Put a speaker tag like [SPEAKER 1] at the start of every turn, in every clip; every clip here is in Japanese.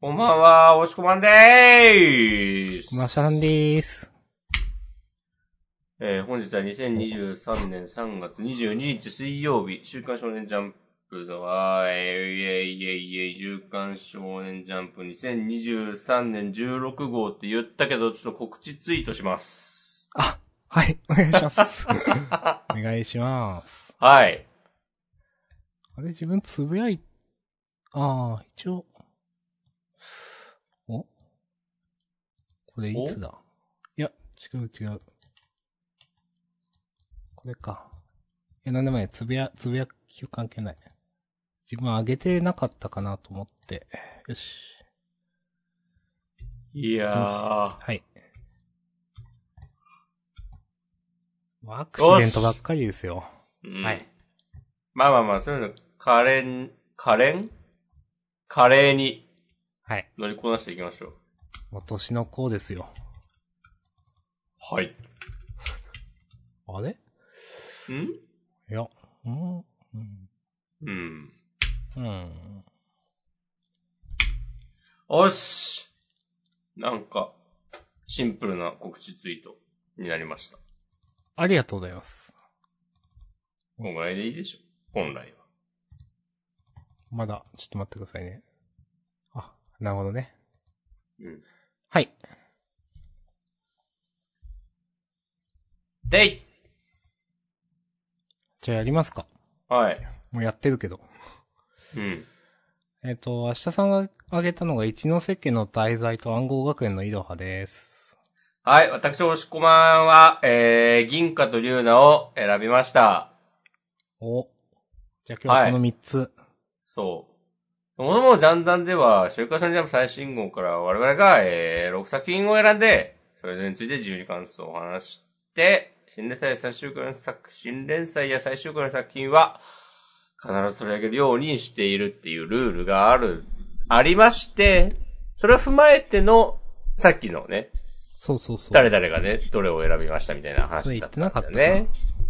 [SPEAKER 1] こんばんは、おしこまんでーす。
[SPEAKER 2] ましゃんでーす。
[SPEAKER 1] えー本日は2023年3月22日水曜日、週刊少年ジャンプのは、えー、いえいえいえい、週刊少年ジャンプ2023年16号って言ったけど、ちょっと告知ツイートします。
[SPEAKER 2] はい、お願いします。お願いします。
[SPEAKER 1] はい。
[SPEAKER 2] あれ、自分つぶやい、ああ、一応。おこれいつだいや、違う違う。これか。いや、なんでもない。つぶや、つぶやきは関係ない。自分上げてなかったかなと思って。よし。
[SPEAKER 1] いや
[SPEAKER 2] はい。もうアクシデントばっかりですよ。
[SPEAKER 1] ー。うん
[SPEAKER 2] はい。
[SPEAKER 1] まあまあまあ、そういうの、可憐、可憐華麗に
[SPEAKER 2] はい。
[SPEAKER 1] 乗りこなしていきましょう。
[SPEAKER 2] もう年の子ですよ。
[SPEAKER 1] はい。
[SPEAKER 2] あれ
[SPEAKER 1] ん
[SPEAKER 2] いや、うん、うん。
[SPEAKER 1] うん。
[SPEAKER 2] うん。
[SPEAKER 1] おしなんか、シンプルな告知ツイートになりました。
[SPEAKER 2] ありがとうございます。
[SPEAKER 1] こんぐらいでいいでしょ本来は。
[SPEAKER 2] まだ、ちょっと待ってくださいね。あ、なるほどね。
[SPEAKER 1] うん。
[SPEAKER 2] はい。
[SPEAKER 1] でい
[SPEAKER 2] じゃあやりますか。
[SPEAKER 1] はい。
[SPEAKER 2] もうやってるけど。
[SPEAKER 1] うん。
[SPEAKER 2] えっ、と、明日さんが挙げたのが一ノ瀬家の滞在と暗号学園のいろはです。
[SPEAKER 1] はい。私、おしこまんは、えー、銀貨と龍奈を選びました。
[SPEAKER 2] お。じゃあ今日ははいこの三つ。
[SPEAKER 1] そう。もともとジャンダンでは、週刊少年ジャンプ最新号から我々が、えー、6作品を選んで、それぞれについて自由に感想を話して、新連載や最終回の作、新連載や最終回の作品は、必ず取り上げるようにしているっていうルールがある、ありまして、それを踏まえての、さっきのね、
[SPEAKER 2] そうそうそう。
[SPEAKER 1] 誰々がね、どれを選びましたみたいな話だったんですよね。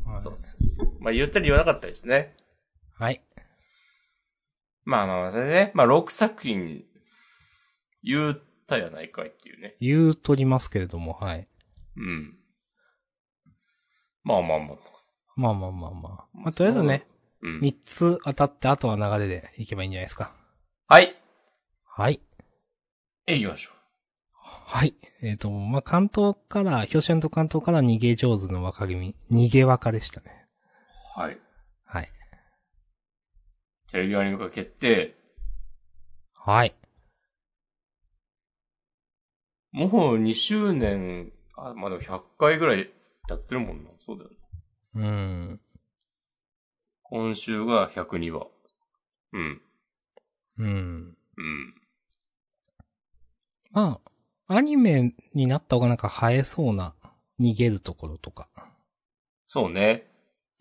[SPEAKER 2] はい
[SPEAKER 1] そうそうそう。まあ言ったり言わなかったりですね。
[SPEAKER 2] はい。
[SPEAKER 1] まあまあまあ、それでね、まあ6作品、言ったやないかいっていうね。
[SPEAKER 2] 言うとりますけれども、はい。
[SPEAKER 1] うん。まあまあまあ。
[SPEAKER 2] まあまあまあまあ。まあ、とりあえずね、
[SPEAKER 1] うん。
[SPEAKER 2] 三つ当たって、あとは流れでいけばいいんじゃないですか。
[SPEAKER 1] はい。
[SPEAKER 2] はい。
[SPEAKER 1] 行きましょ
[SPEAKER 2] はい。えっ、と、まあ、関東から、表紙と関東から逃げ上手の若君、逃げ若でしたね。
[SPEAKER 1] う。はい。
[SPEAKER 2] はい。
[SPEAKER 1] テレビアニメ化決定。
[SPEAKER 2] はい。
[SPEAKER 1] もう2周年、あ、まあでも100回ぐらいやってるもんな。そうだよね。
[SPEAKER 2] うん。
[SPEAKER 1] 今週が102話。うん。
[SPEAKER 2] うん。
[SPEAKER 1] うん。
[SPEAKER 2] まあ、アニメになった方がなんか映えそうな、逃げるところとか、
[SPEAKER 1] そうね。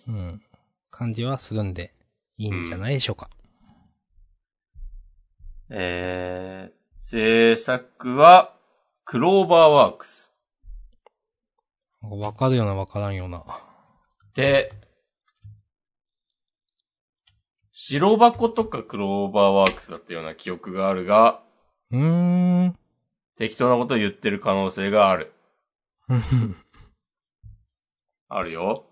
[SPEAKER 2] うん。感じはするんで、いいんじゃないでしょうか。
[SPEAKER 1] えー、制作は、クローバーワークス。
[SPEAKER 2] なんかわかるようなわからんような。
[SPEAKER 1] で、白箱とかクローバーワークスだったような記憶があるが、
[SPEAKER 2] うーん。
[SPEAKER 1] 適当なことを言ってる可能性がある。
[SPEAKER 2] うん
[SPEAKER 1] あるよ。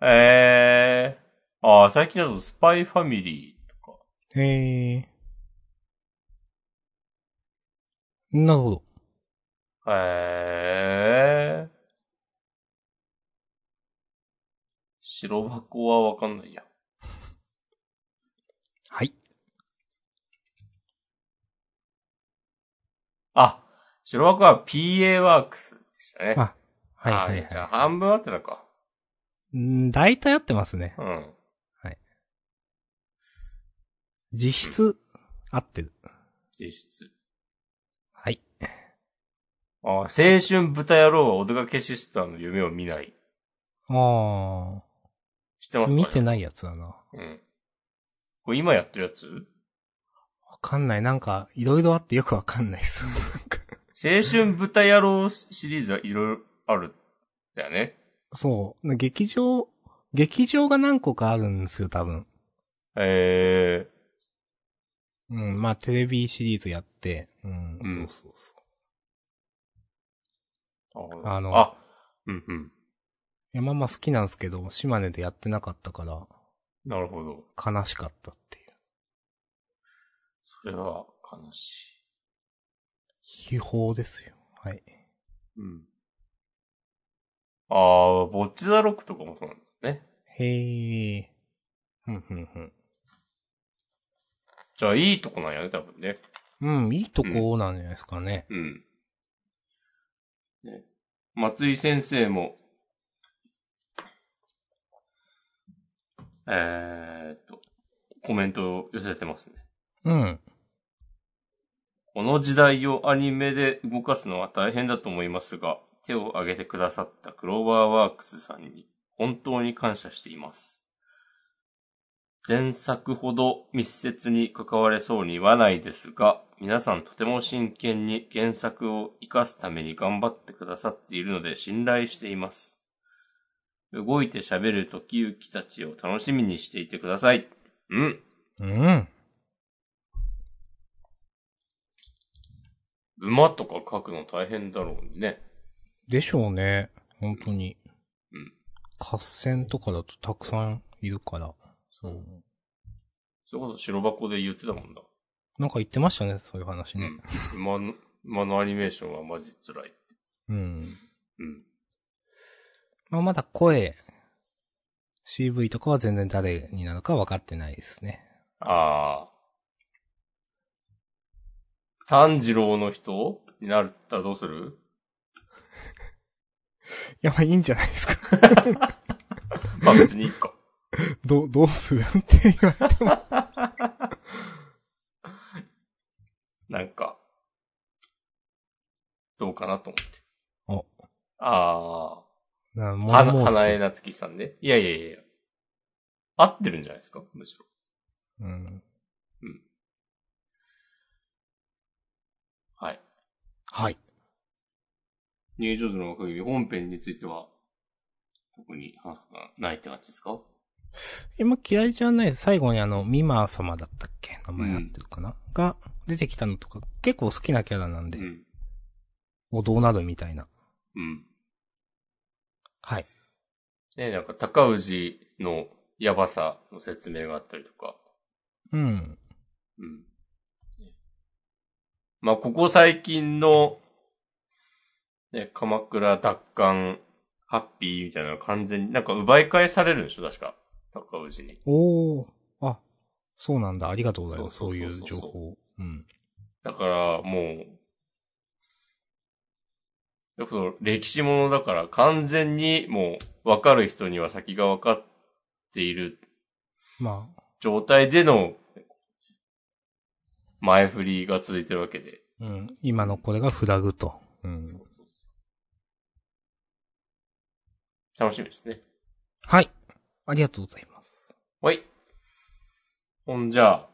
[SPEAKER 1] えー。ああ、最近だとスパイファミリーとか。
[SPEAKER 2] えー。なるほど。
[SPEAKER 1] へえ。白箱はわかんないや。
[SPEAKER 2] はい。
[SPEAKER 1] あ、白箱は PA ワークスでしたね。
[SPEAKER 2] あ、はいは
[SPEAKER 1] はい
[SPEAKER 2] い
[SPEAKER 1] じゃあ
[SPEAKER 2] は
[SPEAKER 1] 半分あってたか。
[SPEAKER 2] い。うん大体合ってますね。
[SPEAKER 1] うん。
[SPEAKER 2] 実質、合ってる。
[SPEAKER 1] 実質。
[SPEAKER 2] はい。
[SPEAKER 1] あ、青春豚野郎はお出かけシスターの夢を見ない。
[SPEAKER 2] あ
[SPEAKER 1] 知って
[SPEAKER 2] あ。
[SPEAKER 1] ますか
[SPEAKER 2] 見てないやつだな。わ
[SPEAKER 1] うん。これ今やってるやつ
[SPEAKER 2] かんない。なんか、いろいろあってよくわかんない っす。なんか
[SPEAKER 1] 青春豚野郎シリーズはいろいろある。だよね。
[SPEAKER 2] そう。劇場、劇場が何個かあるんですよ、多分。
[SPEAKER 1] え
[SPEAKER 2] うん、まあ、テレビシリーズやって、うん、
[SPEAKER 1] うん
[SPEAKER 2] そうそうそ
[SPEAKER 1] ー。
[SPEAKER 2] あの
[SPEAKER 1] あ、うんうん。
[SPEAKER 2] う。いや、まあまあ好きなんですけど、島根でやってなかったから、
[SPEAKER 1] なるほど。
[SPEAKER 2] 悲しかったっていう。
[SPEAKER 1] それは悲し
[SPEAKER 2] 秘宝ですよ。はい。
[SPEAKER 1] い。うん。ああ、ボッチザロックとかもそうなんだね。
[SPEAKER 2] へえ。ふんふんふん。
[SPEAKER 1] じゃあ、いいとこなんやね、多分ね。
[SPEAKER 2] うん、いいとこなんじゃないですかね。
[SPEAKER 1] うん。ね。松井先生も、えーっと、コメントを寄せてますね。
[SPEAKER 2] うん。
[SPEAKER 1] この時代をアニメで動かすのは大変だと思いますが、手を挙げてくださったクローバーワークスさんに本当に感謝しています。前作ほど密接に関われそうにはないですが、皆さんとても真剣に原作を活かすために頑張ってくださっているので信頼しています。動いて喋る時行きたちを楽しみにしていてください。うん。
[SPEAKER 2] うん。
[SPEAKER 1] 馬とか書くの大変だろうね。
[SPEAKER 2] でしょうね。本当に。
[SPEAKER 1] うん。
[SPEAKER 2] 合戦とかだとたくさんいるから。
[SPEAKER 1] そう。それこそ白箱で言ってたもんだ。
[SPEAKER 2] なんか言ってましたね、そういう話ね。
[SPEAKER 1] うん。馬の、馬のアニメーションはマジ辛いって。
[SPEAKER 2] うん。
[SPEAKER 1] うん。
[SPEAKER 2] まあ、まだ声、CV とかは全然誰になるか分かってないですね。
[SPEAKER 1] ああ。炭治郎の人になったらどうする
[SPEAKER 2] いや、まあいいんじゃないですか。
[SPEAKER 1] まあ別にいい か。
[SPEAKER 2] どう、どうするって言われても。
[SPEAKER 1] なんか、どうかなと思って。
[SPEAKER 2] お。
[SPEAKER 1] あ
[SPEAKER 2] な
[SPEAKER 1] あ。
[SPEAKER 2] も
[SPEAKER 1] は、
[SPEAKER 2] もう
[SPEAKER 1] 花江夏樹さんね。いやいやいやいや。合ってるんじゃないですかむしろ。
[SPEAKER 2] うん。
[SPEAKER 1] はい。
[SPEAKER 2] はい。
[SPEAKER 1] 入場時の若君本編については、特に話すことはないって感じですか
[SPEAKER 2] 今嫌いじゃないです。最後にあの、ミマー様だったっけ名前合ってるかな、が出てきたのとか、結構好きなキャラなん
[SPEAKER 1] う
[SPEAKER 2] で、
[SPEAKER 1] ん。
[SPEAKER 2] おどうなるみたいな。
[SPEAKER 1] うん。
[SPEAKER 2] はい。
[SPEAKER 1] ね、なんか、高氏のやばさの説明があったりとか。
[SPEAKER 2] うん。
[SPEAKER 1] うん。まあ、ここ最近の、ね、鎌倉奪還、ハッピーみたいなのは完全に、なんか奪い返されるんでしょ確か。高氏に。
[SPEAKER 2] おー。あ、そうなんだ。ありがとうございます。
[SPEAKER 1] そ
[SPEAKER 2] そう
[SPEAKER 1] そ
[SPEAKER 2] う
[SPEAKER 1] う
[SPEAKER 2] い
[SPEAKER 1] そうそう
[SPEAKER 2] う情報。うん。
[SPEAKER 1] だから、もう、よくそ歴史ものだから完全にもう分かる人には先が分かっている
[SPEAKER 2] ま
[SPEAKER 1] 状態での前振りが続いてるわけで。
[SPEAKER 2] あ、うん。今のこれがフラグと。うん。
[SPEAKER 1] そうそうそう。楽しみですね。
[SPEAKER 2] はい。ありがとうございます。
[SPEAKER 1] はい。ほんじゃあ、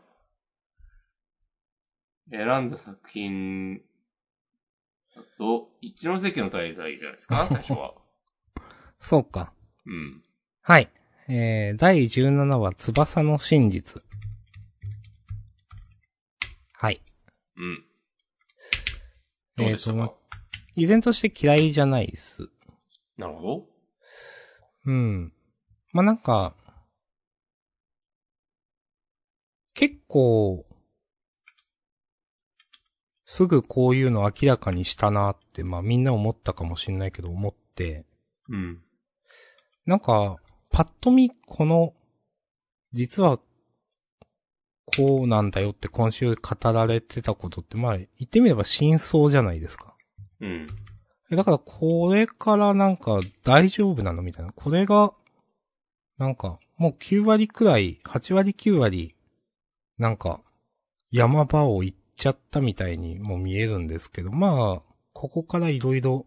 [SPEAKER 1] 選んだ作品だと、一ノ関の滞在じゃないです か、最初は。
[SPEAKER 2] そうか。
[SPEAKER 1] うん。
[SPEAKER 2] はい。えー、第17話、翼の真実。はい。
[SPEAKER 1] うん。どうでしたか、
[SPEAKER 2] えーと依然として嫌いじゃないです。
[SPEAKER 1] なるほど。
[SPEAKER 2] うん。まあ、なんか、結構、すぐこういうの明らかにしたなって、まあみんな思ったかもしんないけど思って、
[SPEAKER 1] うん。
[SPEAKER 2] なんか、パッと見、この、実は、こうなんだよって今週語られてたことって、まあ言ってみれば真相じゃないですか。
[SPEAKER 1] うん。
[SPEAKER 2] えだからこれからなんか大丈夫なのみたいな。これが、なんかもう9割くらい、8割9割、なんか山場を行っちゃったみたいにも見えるんですけど、まあ、ここからいろいろ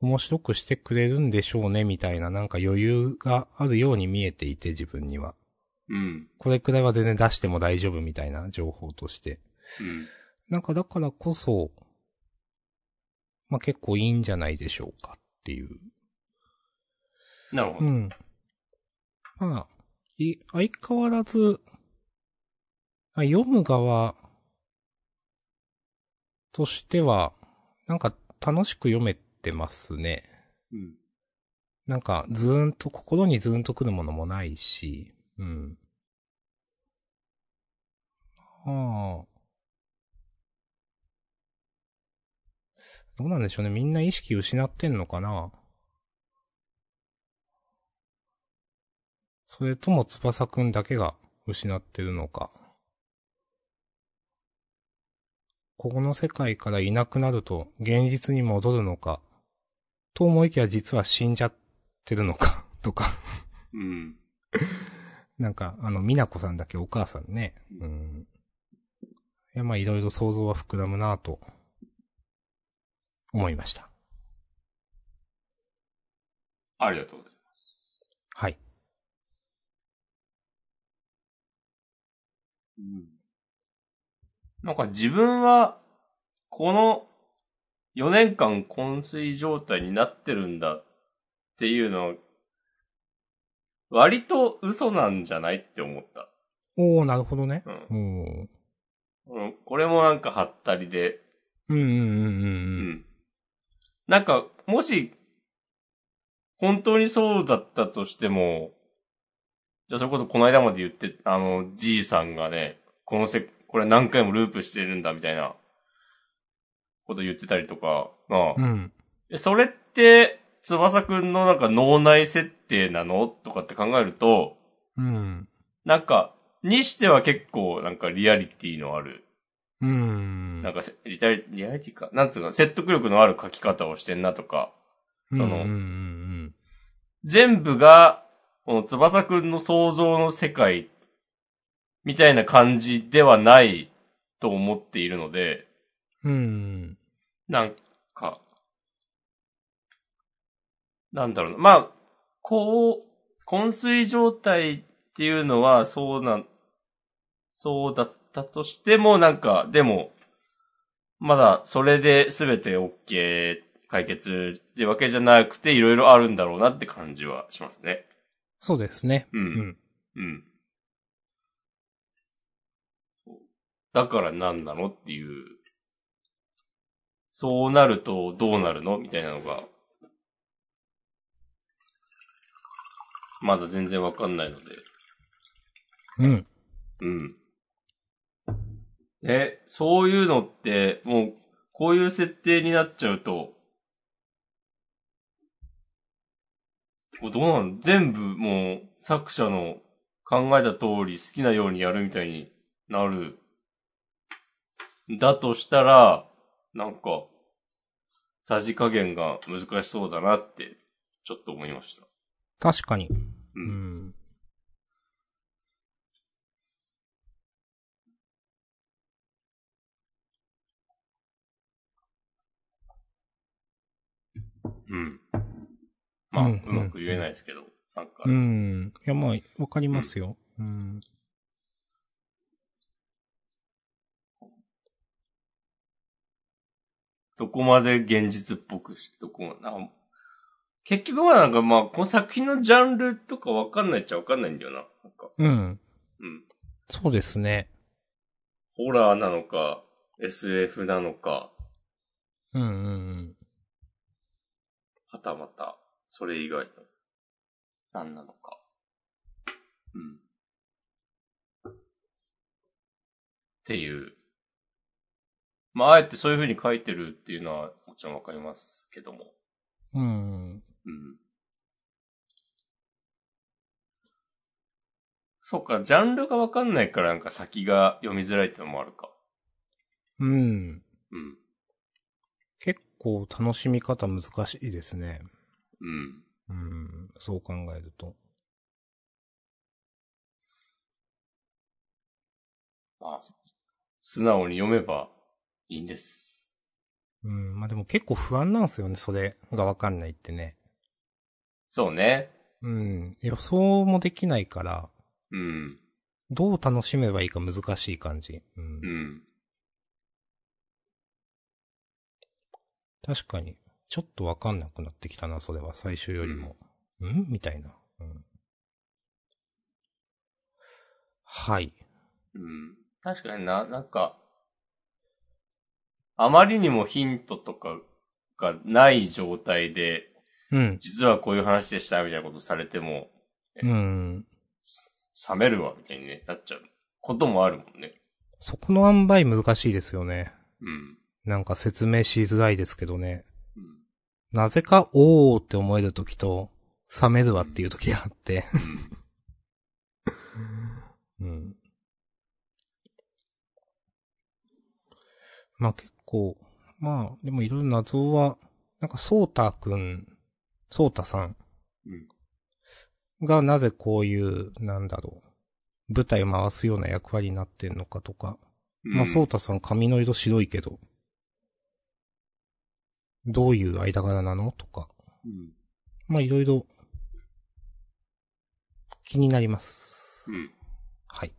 [SPEAKER 2] 面白くしてくれるんでしょうねみたいななんか余裕があるように見えていて自分には。
[SPEAKER 1] うん。
[SPEAKER 2] これくらいは全然出しても大丈夫みたいな情報として。
[SPEAKER 1] うん。
[SPEAKER 2] なんかだからこそ、まあ、結構いいんじゃないでしょうかっていう。
[SPEAKER 1] なるほ
[SPEAKER 2] う
[SPEAKER 1] ど。
[SPEAKER 2] ん。まあ、い、相変わらず、あ読む側としては、なんか楽しく読めてますね。
[SPEAKER 1] うん。
[SPEAKER 2] なんか、ずーんと、心にずーんとくるものもないし、うん。ああ。どうなんでしょうね。みんな意識失ってんのかなそれとも翼くんだけが失ってるのか。ここの世界からいなくなると現実に戻るのか。と思いきや実は死んじゃってるのか、 とか。
[SPEAKER 1] うん。
[SPEAKER 2] なんか、あの、美奈子さんだけお母さんね。うん。いや、まあ、いろいろ想像は膨らむなぁと、思いました。
[SPEAKER 1] ありがとうございます。
[SPEAKER 2] はい。
[SPEAKER 1] うん。なんか自分は、この4年間昏睡状態になってるんだっていうのは、割と嘘なんじゃないって思った。
[SPEAKER 2] おー、なるほどね。
[SPEAKER 1] うん
[SPEAKER 2] おー。
[SPEAKER 1] うん。これもなんかハったりで、
[SPEAKER 2] うんうんうん
[SPEAKER 1] う
[SPEAKER 2] う
[SPEAKER 1] んん。なんか、もし、本当にそうだったとしても、じゃあそれこそこの間まで言って、あの、じいさんがね、このせ、これ何回もループしてるんだみたいな、こと言ってたりとか、ま
[SPEAKER 2] う
[SPEAKER 1] あ
[SPEAKER 2] ん。うん。
[SPEAKER 1] え、それって、翼くんのなんか脳内設定なのとかって考えると、
[SPEAKER 2] うん。
[SPEAKER 1] なんか、にしては結構なんかリアリティのある
[SPEAKER 2] うん。
[SPEAKER 1] なんかせ、リタリ、リアリティか。なんつうか、説得力のある書き方をしてんなとか、
[SPEAKER 2] うん、
[SPEAKER 1] その
[SPEAKER 2] うんうん
[SPEAKER 1] 全部が、この翼くんの想像の世界、みたいな感じではないと思っているので、
[SPEAKER 2] うん。うん。
[SPEAKER 1] なんか、なんだろうな。まあ、こう、昏睡状態っていうのは、そうなん、そうだったとしても、なんか、でも、まだ、それで全て OK、解決ってわけじゃなくて、いろいろあるんだろうなって感じはしますね。
[SPEAKER 2] そうですね。
[SPEAKER 1] う。
[SPEAKER 2] うんん。
[SPEAKER 1] うん。だから何なのっていう。そうなるとどうなるのみたいなのが。まだ全然わかんないので。
[SPEAKER 2] うん。
[SPEAKER 1] うん。え、そういうのって、もう、こういう設定になっちゃうと、これどうなの全部もう作者の考えた通り好きなようにやるみたいになる。だとしたら、なんか、さじ加減が難しそうだなって、ちょっと思いました。
[SPEAKER 2] 確かに。
[SPEAKER 1] う。
[SPEAKER 2] うんん。
[SPEAKER 1] うん。まあ、
[SPEAKER 2] う
[SPEAKER 1] うんまく言えないですけど、なんか、
[SPEAKER 2] うん。いや、まあ、わかりますよ。うん。
[SPEAKER 1] どこまで現実っぽくして、どこまで、あ結局はなんかまあ、この作品のジャンルとかわかんないっちゃわかんないんだよな。なんか、
[SPEAKER 2] うん。
[SPEAKER 1] うん。
[SPEAKER 2] そうですね。
[SPEAKER 1] ホラーなのか、SF なのか、
[SPEAKER 2] うんうんうん。
[SPEAKER 1] はたまた、それ以外の、何なのか。うん。っていう。まあ、あえてそういう風に書いてるっていうのは、もちろんわかりますけども。
[SPEAKER 2] うん。
[SPEAKER 1] うん。そっか、ジャンルがわかんないからなんか先が読みづらいってのもあるか。
[SPEAKER 2] うん。
[SPEAKER 1] うん。
[SPEAKER 2] 結構楽しみ方難しいですね。
[SPEAKER 1] うん。
[SPEAKER 2] うん、そう考えると。
[SPEAKER 1] まあ、素直に読めばいいんです。
[SPEAKER 2] うん、まあでも結構不安なんですよね、それがわかんないってね。
[SPEAKER 1] そうね。
[SPEAKER 2] うん、予想もできないから、
[SPEAKER 1] うん。
[SPEAKER 2] どう楽しめばいいか難しい感じ。う、
[SPEAKER 1] うんん。
[SPEAKER 2] 確かに、ちょっとわかんなくなってきたな、それは、最初よりも。うん、みたいな。うん。はい。
[SPEAKER 1] うん。確かにな、なんか、あまりにもヒントとかがない状態で、
[SPEAKER 2] うん。
[SPEAKER 1] 実はこういう話でしたみたいなことされても、
[SPEAKER 2] うん。
[SPEAKER 1] 冷めるわ、みたいにねなっちゃうこともあるもんね。
[SPEAKER 2] そこの塩梅難しいですよね。
[SPEAKER 1] うん。
[SPEAKER 2] なんか説明しづらいですけどね。
[SPEAKER 1] うん。
[SPEAKER 2] なぜか、おーって思える時と、冷めるわっていう時があって。うん。まあ結構、まあ、でもいろいろ謎は、なんか、そうたくん、そうたさん
[SPEAKER 1] うん。
[SPEAKER 2] がなぜこういう、なんだろう、舞台を回すような役割になってんのかとか。
[SPEAKER 1] うん。
[SPEAKER 2] まあ、そうたさん髪の色白いけど、どういう間柄なのとか。
[SPEAKER 1] うん。
[SPEAKER 2] まあ、いろいろ、気になります。
[SPEAKER 1] うん。
[SPEAKER 2] はい。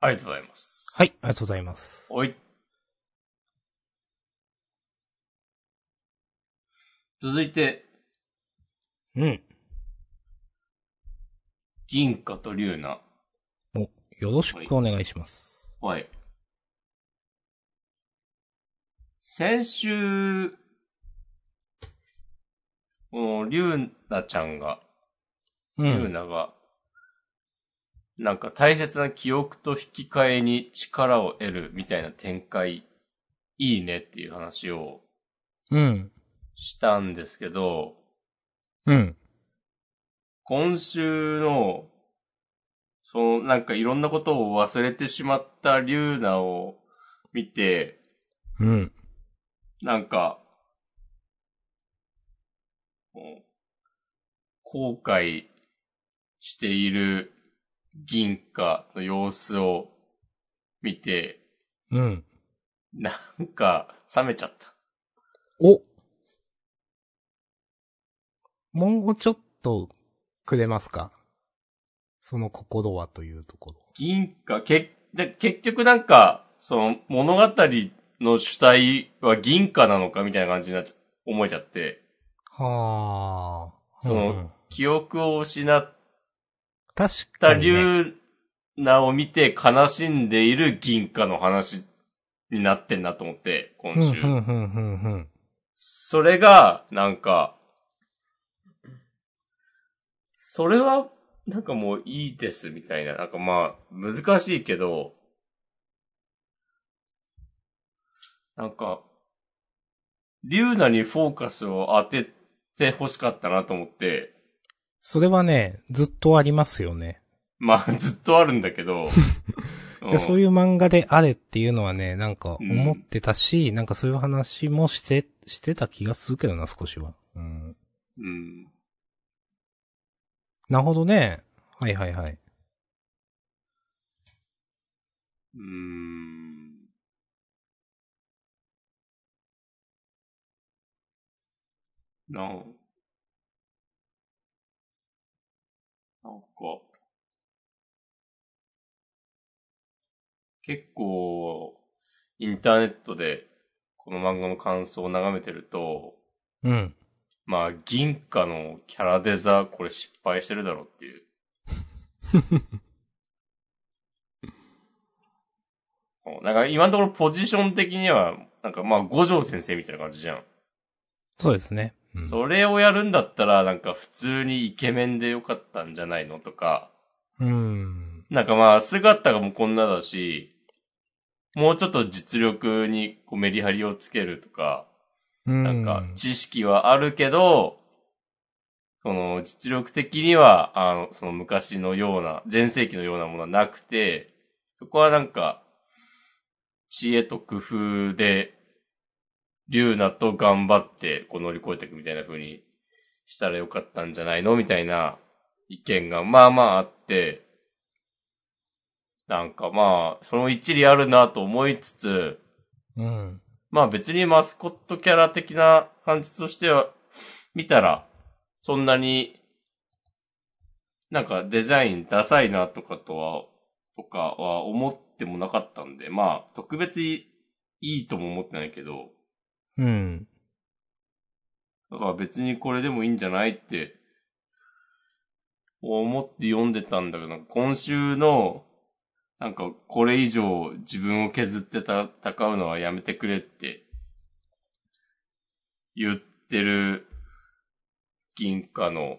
[SPEAKER 1] ありがとうございます。
[SPEAKER 2] はい、ありがとうございます。
[SPEAKER 1] おい。続いて、
[SPEAKER 2] うん。
[SPEAKER 1] 銀貨と龍奈。
[SPEAKER 2] お、よろしくお願いします。
[SPEAKER 1] はい。先週、もう、龍奈ちゃんが、
[SPEAKER 2] う
[SPEAKER 1] ルー
[SPEAKER 2] ん。
[SPEAKER 1] ナが、なんか大切な記憶と引き換えに力を得るみたいな展開、いいねっていう話を
[SPEAKER 2] うん。
[SPEAKER 1] したんですけど、
[SPEAKER 2] うん。
[SPEAKER 1] 今週の、そのなんかいろんなことを忘れてしまったリューナを見て、
[SPEAKER 2] うん。
[SPEAKER 1] なんか、もう後悔している銀貨の様子を見て、
[SPEAKER 2] うん。
[SPEAKER 1] なんか冷めちゃった。
[SPEAKER 2] おもうちょっとくれますかその心はというところ。
[SPEAKER 1] 銀貨、け、じゃ結局なんか、その物語の主体は銀貨なのかみたいな感じになっちゃ、思えちゃって、
[SPEAKER 2] はあ。
[SPEAKER 1] その
[SPEAKER 2] うん
[SPEAKER 1] 記憶を失っ
[SPEAKER 2] 確
[SPEAKER 1] た
[SPEAKER 2] かに、ね。
[SPEAKER 1] 竜ナを見て悲しんでいる銀貨の話になってんなと思って、今
[SPEAKER 2] うん、う
[SPEAKER 1] 週。
[SPEAKER 2] ん、うん、うん、うん。
[SPEAKER 1] それが、なんか、それは、なんかもういいですみたいな。なんかまあ、難しいけど、なんか、リューナにフォーカスを当てて欲しかったなと思って、
[SPEAKER 2] それはね、ずっとありますよね。
[SPEAKER 1] まあ、ずっとあるんだけど、
[SPEAKER 2] いやそう
[SPEAKER 1] い
[SPEAKER 2] いう漫画であれっていうのはね、なんか思ってたし、なんかそういう話もして、してた気がするけどな、少しは。うん。
[SPEAKER 1] うん。うん。
[SPEAKER 2] なるほどね。はいはいはい。
[SPEAKER 1] うーん。なん、なんか、結構、インターネットで、この漫画の感想を眺めてると、
[SPEAKER 2] うん。
[SPEAKER 1] まあ、銀貨のキャラデザ、これ失敗してるだろうって いう。なんか今のところポジション的には、なんかまあ五条先生みたいな感じじゃん。
[SPEAKER 2] そうですね。うん、
[SPEAKER 1] それをやるんだったら、なんか普通にイケメンでよかったんじゃないのとか、
[SPEAKER 2] うん。
[SPEAKER 1] なんかまあ姿がもうこんなだし、もうちょっと実力にこうメリハリをつけるとか、
[SPEAKER 2] うん。
[SPEAKER 1] なんか、知識はあるけど、その、実力的には、あの、その昔のような、前世紀のようなものはなくて、そこはなんか、知恵と工夫で、リューナと頑張って、こう乗り越えていくみたいな風にしたらよかったんじゃないのみたいな意見が、まあまああって、なんかまあ、その一理あるなと思いつつ、
[SPEAKER 2] うん。
[SPEAKER 1] まあ別にマスコットキャラ的な感じとしては、見たら、そんなに、なんかデザインダサいなとかとは、とかは思ってもなかったんで、まあ特別いいとも思ってないけど、
[SPEAKER 2] うん。
[SPEAKER 1] だから別にこれでもいいんじゃないってを思って読んでたんだけど、なんか今週の、なんかこれ以上自分を削ってた戦うのはやめてくれって言ってる銀貨の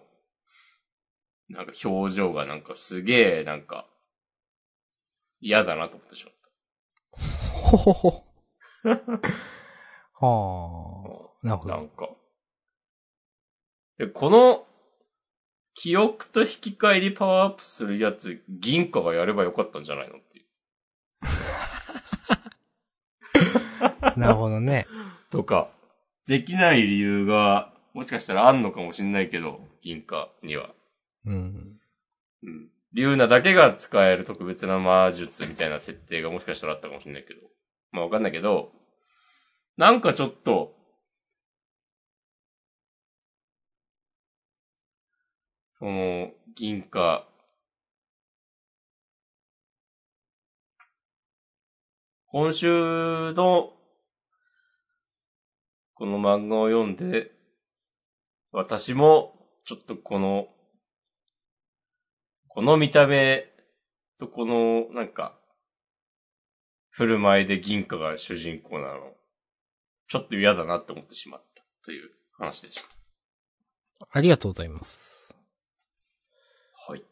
[SPEAKER 1] なんか表情がなんかすげえなんか嫌だなと思ってしまっ
[SPEAKER 2] ほほほ。はあ。なるほ
[SPEAKER 1] た。なん
[SPEAKER 2] ど。
[SPEAKER 1] か。で、この記憶と引き換えにパワーアップするやつ銀貨がやればよかったんじゃないのっていう。
[SPEAKER 2] なるほどね。
[SPEAKER 1] とか、できない理由が、もしかしたらあんのかもしんないけど、銀貨には。
[SPEAKER 2] うん。
[SPEAKER 1] うん。リュウナだけが使える特別な魔術みたいな設定がもしかしたらあったかもしんないけど。まあわかんないけど、なんかちょっと、その、銀貨、今週の、この漫画を読んで、私も、ちょっとこのこの見た目とこの、なんか、振る舞いで銀貨が主人公なの。ちょっと嫌だなって思ってしまったという話でした。
[SPEAKER 2] ありがとうございます。
[SPEAKER 1] はい。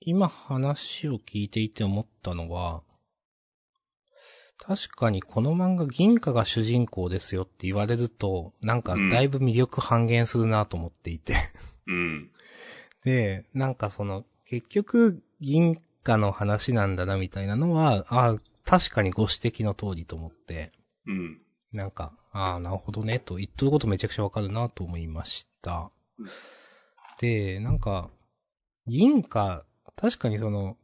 [SPEAKER 2] 今話を聞いていて思ったのは、確かにこの漫画銀貨が主人公ですよって言われると、なんかだいぶ魅力半減するなと思っていて。
[SPEAKER 1] うん。
[SPEAKER 2] で、なんかその、結局、銀貨の話なんだなみたいなのは、ああ、確かにご指摘の通りと思って、
[SPEAKER 1] うん。
[SPEAKER 2] なんか、ああ、なるほどね、と言っとることめちゃくちゃわかるなと思いました
[SPEAKER 1] うん。
[SPEAKER 2] で、なんか、銀貨、確かにその、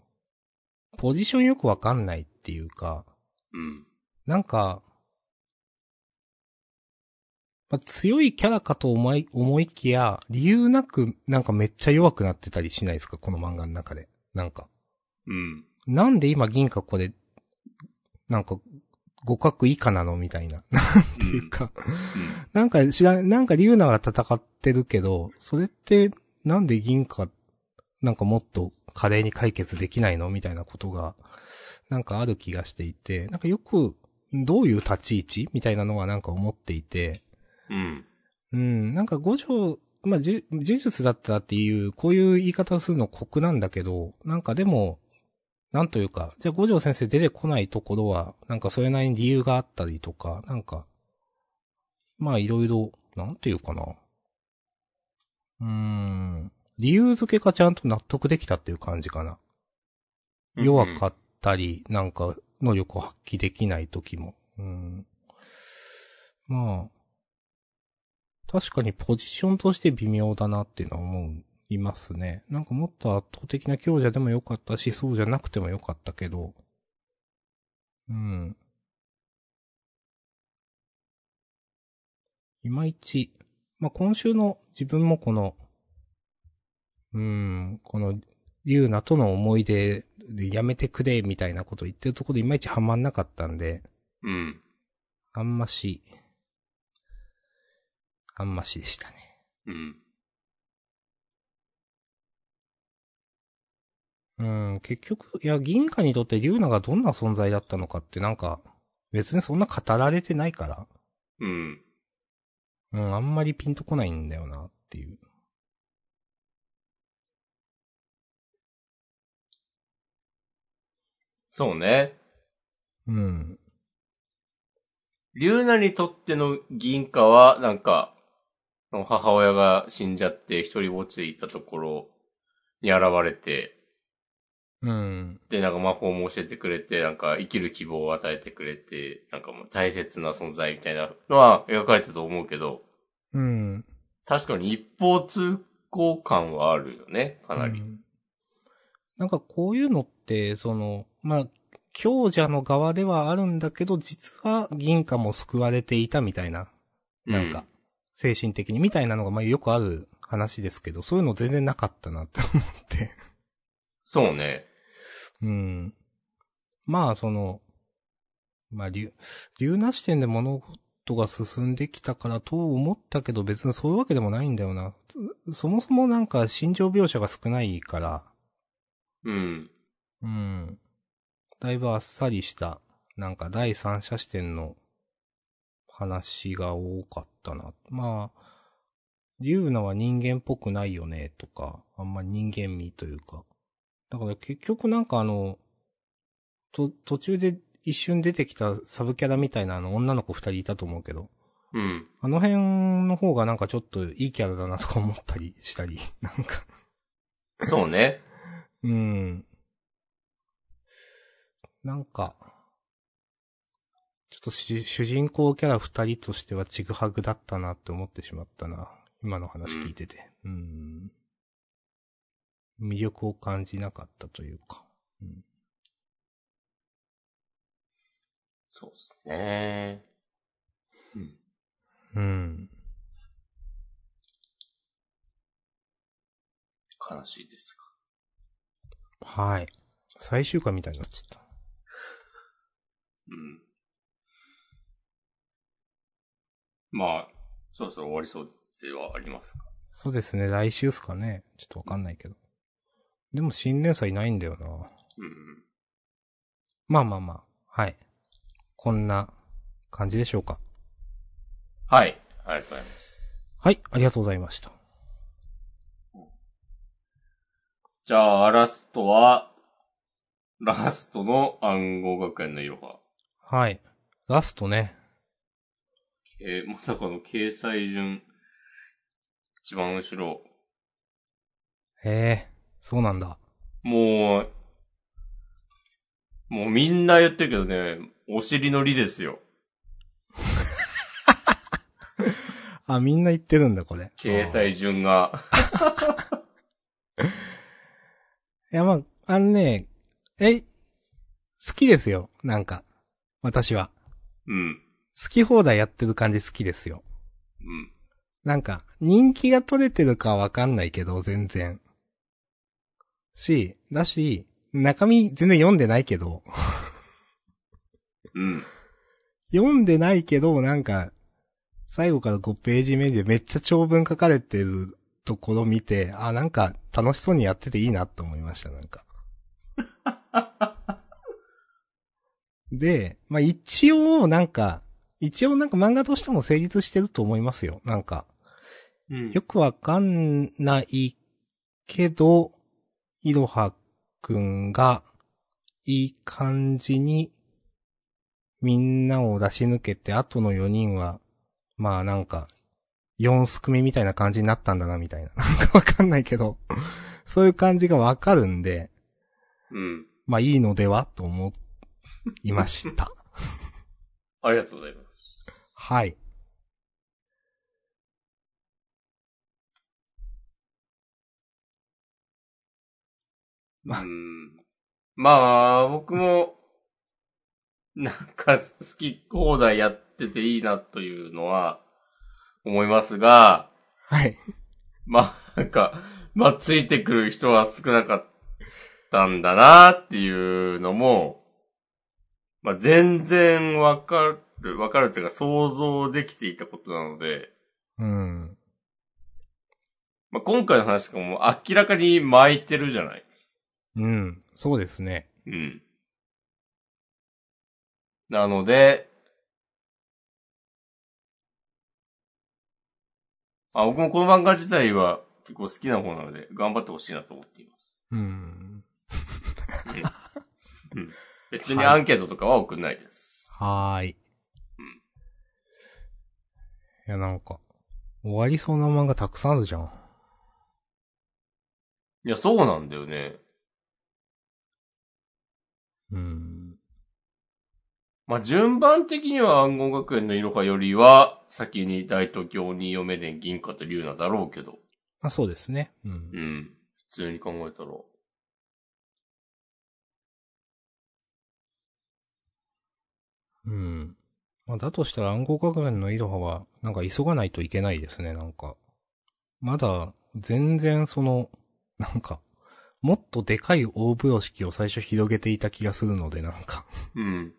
[SPEAKER 2] ポジションよくわかんないっていうか、
[SPEAKER 1] うん。
[SPEAKER 2] なんか、まあ強いキャラかと思い、思いきや、理由なく、なんかめっちゃ弱くなってたりしないですかこの漫画の中で。なんか。
[SPEAKER 1] うん。
[SPEAKER 2] なんで今銀河これ、なんか、互角以下なのみたいな。なん
[SPEAKER 1] う。
[SPEAKER 2] ていうんか。なんか知らん、なんか竜奈が戦ってるけど、それってなんで銀貨、なんかもっと華麗に解決できないのみたいなことが、なんかある気がしていて、なんかよく、どういう立ち位置みたいなのはなんか思っていて、
[SPEAKER 1] うん。
[SPEAKER 2] うん、なんか五条、まあ、じゅ呪術だったらっていう、こういう言い方するの酷なんだけど、なんかでも、なんというか、じゃあ五条先生出てこないところは、なんかそれなりに理由があったりとか、なんか、まあいろいろ、なんていうかな。うーん、理由付けがちゃんと納得できたっていう感じかな。
[SPEAKER 1] うん
[SPEAKER 2] 弱かったり、なんか、能力を発揮できない時も。うん。まあ、確かにポジションとして微妙だなっていうのは思う、いますね。なんかもっと圧倒的な強者でもよかったし、そうじゃなくてもよかったけど、うん。いまいち、まあ、今週の自分もこの、うん、このリュウナとの思い出でやめてくれみたいなこと言ってるところでいまいちハマんなかったんで、
[SPEAKER 1] うん。
[SPEAKER 2] あんまし、あんましでしたね。
[SPEAKER 1] うん。
[SPEAKER 2] うん、結局、いや、銀河にとってリュウナがどんな存在だったのかってなんか、別にそんな語られてないから、
[SPEAKER 1] うん。
[SPEAKER 2] うん、あんまりピンとこないんだよなっていう。
[SPEAKER 1] そうね。
[SPEAKER 2] うん、
[SPEAKER 1] リュウナにとっての銀貨は、なんか、母親が死んじゃって一人ぼっちでいたところに現れて、
[SPEAKER 2] うん、
[SPEAKER 1] で、なんか魔法も教えてくれて、なんか生きる希望を与えてくれて、なんかもう大切な存在みたいなのは描かれたと思うけど、
[SPEAKER 2] うん。
[SPEAKER 1] 確かに一方通行感はあるよね、かな
[SPEAKER 2] う
[SPEAKER 1] り。
[SPEAKER 2] んなんかこういうのって、その、まあ、強者の側ではあるんだけど、実は銀貨も救われていたみたいな、なんか、精神的にみたいなのが、まあ、よくある話ですけど、そういうの全然なかったなって 思って。
[SPEAKER 1] そうね。
[SPEAKER 2] うん。まあ、その、まあ、竜、竜な視点で物トが進んできたからと思ったけど別にそういうわけでもないんだよな。つそもそもなんか心情描写が少ないから、
[SPEAKER 1] うん。
[SPEAKER 2] うん。だいぶあっさりした、なんか第三者視点の話が多かったな。まあ、竜ナは人間っぽくないよね、とか、あんまり人間味というか。だから結局なんかあの、と、途中で一瞬出てきたサブキャラみたいなあの女の子二人いたと思うけど、
[SPEAKER 1] うん。
[SPEAKER 2] あの辺の方がなんかちょっといいキャラだなとか思ったりしたり、なんか。
[SPEAKER 1] そうね。
[SPEAKER 2] うん。なんか、ちょっとし主人公キャラ二人としてはちぐはぐだったなって思ってしまったな。今の話聞いてて。うん。魅力を感じなかったというか。
[SPEAKER 1] そうですね。
[SPEAKER 2] うん。
[SPEAKER 1] 悲しいですか。
[SPEAKER 2] はい。最終回みたいになっちゃっ
[SPEAKER 1] うん。まあ、そろそろ終わりそうではありますか。
[SPEAKER 2] た。そうですね。来週っすかね。ちょっとわかんないけど。でも新年祭ないんだよな。
[SPEAKER 1] うん。
[SPEAKER 2] まあまあまあ。はい。こんな感じでしょうか。
[SPEAKER 1] はい。ありがとうございます。
[SPEAKER 2] はい。ありがとうございました。
[SPEAKER 1] じゃあ、ラストは、ラストの暗号学園のいろは。
[SPEAKER 2] はい。ラストね。
[SPEAKER 1] えーまさかの掲載順、一番後ろ。
[SPEAKER 2] へえ、そうなんだ。
[SPEAKER 1] もう、もうみんな言ってるけどね、お尻のりですよ。
[SPEAKER 2] あ、みんな言ってるんだ、これ。
[SPEAKER 1] 掲
[SPEAKER 2] あー。い
[SPEAKER 1] 載順が。
[SPEAKER 2] や、まあ、あのね、え、好きですよ。なんか。私は。
[SPEAKER 1] うん。
[SPEAKER 2] 好き放題やってる感じ好きですよ。
[SPEAKER 1] うん。
[SPEAKER 2] なんか、人気が取れてるかはわかんないけど、全然。し、だし、中身全然読んでないけど、
[SPEAKER 1] うん。
[SPEAKER 2] 読んでないけど、なんか、最後から5ページ目でめっちゃ長文書かれてるところ見て、あ、なんか楽しそうにやってていいなと思いました、なんか。で、まあ、一応、なんか、一応なんか漫画としても成立してると思いますよ、なんか。
[SPEAKER 1] うん
[SPEAKER 2] よくわかんないけど、いろはくんが、いい感じに、みんなを出し抜けて、後の4人は、まあなんか、4すくみみたいな感じになったんだな、みたいな。 なんかわかんないけど、そういう感じがわかるんで、
[SPEAKER 1] うん。
[SPEAKER 2] まあいいのではと思い ました。
[SPEAKER 1] ありがとうございます。
[SPEAKER 2] はい。まあ
[SPEAKER 1] うん。まあ、僕も、なんか好き放題やってていいなというのは、思いますが、
[SPEAKER 2] はい。
[SPEAKER 1] まあ、なんか、まあ、ついてくる人は少なかったんだなっていうのも、まあ、全然わかる、わかるっていうか想像できていたことなので、
[SPEAKER 2] うん。
[SPEAKER 1] まあ、今回の話とかも明らかに巻いてるじゃない
[SPEAKER 2] うん。そうですね。
[SPEAKER 1] うん。なので、あ、僕もこの漫画自体は結構好きな方なので、頑張ってほしいなと思っています。
[SPEAKER 2] うん。
[SPEAKER 1] 別にアンケートとかは送んないです。
[SPEAKER 2] はーい。い
[SPEAKER 1] うん
[SPEAKER 2] や、なんか、終わりそうな漫画たくさんあるじゃん。
[SPEAKER 1] いや、そうなんだよね。
[SPEAKER 2] うん。
[SPEAKER 1] まあ、順番的には暗号学園のいろはよりは、先に大東京に嫁で銀貨と龍なだろうけど。
[SPEAKER 2] まあ、そうですね。うん
[SPEAKER 1] う。ん。普通に考えたら。
[SPEAKER 2] うん。まあ、だとしたら暗号学園のイロハは、なんか急がないといけないですね、なんか。まだ、全然その、なんか、もっとでかい大風呂敷を最初広げていた気がするので、なんか。
[SPEAKER 1] うん。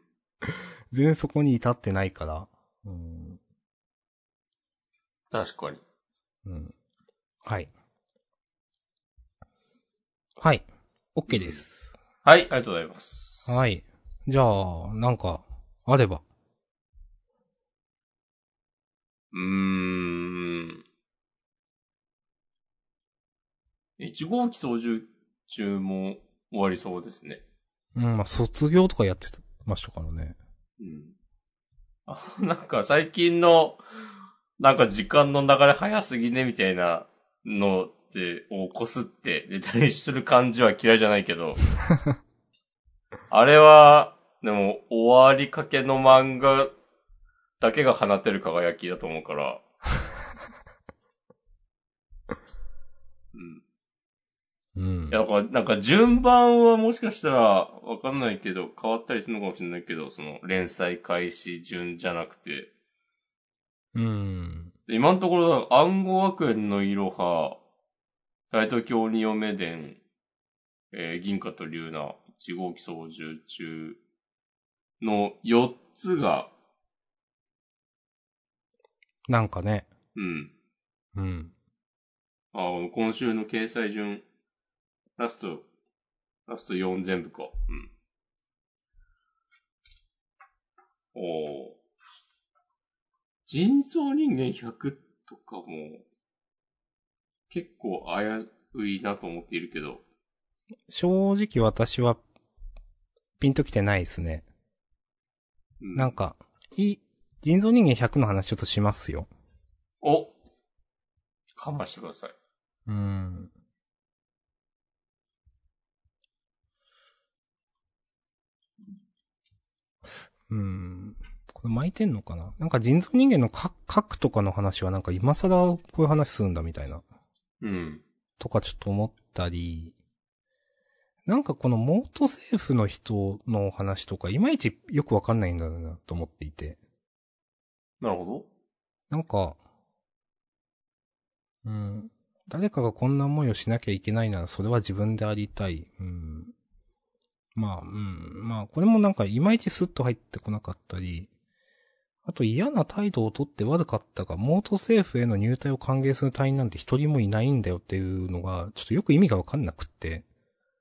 [SPEAKER 2] 全然そこに至ってないから、うん。
[SPEAKER 1] 確かに。
[SPEAKER 2] うん。はい。はい。OK です。
[SPEAKER 1] はい、ありがとうございます。
[SPEAKER 2] はい。じゃあ、なんか、あれば。
[SPEAKER 1] うーん。1号機操縦中も終わりそうですね。
[SPEAKER 2] うん、まあ、卒業とかやってましたからね。
[SPEAKER 1] うん。あ、なん か最近の、なんか時間の流れ早すぎねみたいなのって、をこすってネタにする感じは嫌いじゃないけど。あれは、でも終わりかけの漫画だけが放てる輝きだと思うから。うん。
[SPEAKER 2] うん
[SPEAKER 1] い。や、だから、なんか順番はもしかしたら、わかんないけど、変わったりするのかもしれないけど、その、連載開始順じゃなくて。
[SPEAKER 2] うん。
[SPEAKER 1] で今のところ、暗号学園のいろは、大東京に嫁伝、えー銀河と竜奈、1号機操縦中の4つが、
[SPEAKER 2] なんかね。
[SPEAKER 1] うん。
[SPEAKER 2] うん。
[SPEAKER 1] あー今週の掲載順、ラスト、ラスト4全部か。うん。おー。人造人間100とかも、結構危ういなと思っているけど。
[SPEAKER 2] 正直私は、ピンときてないですね。
[SPEAKER 1] うん、
[SPEAKER 2] なんか、いい、人造人間100の話ちょっとしますよ。
[SPEAKER 1] おかましてください。
[SPEAKER 2] うん。うん。これ巻いてんのかななんか人造人間の核核とかの話はなんか今更こういう話するんだみたいな。
[SPEAKER 1] うん。
[SPEAKER 2] とかちょっと思ったり、なんかこのモート政府の人の話とか、いまいちよくわかんないんだろうなと思っていて。
[SPEAKER 1] なるほ
[SPEAKER 2] なんか、うん、誰かがこんな思いをしなきゃいけないなら、それは自分でありたい。うん。まあ、うん、まあ、これもなんか、いまいちスッと入ってこなかったり、あと嫌な態度をとって悪かったが、モート政府への入隊を歓迎する隊員なんて一人もいないんだよっていうのが、ちょっとよく意味がわかんなくって。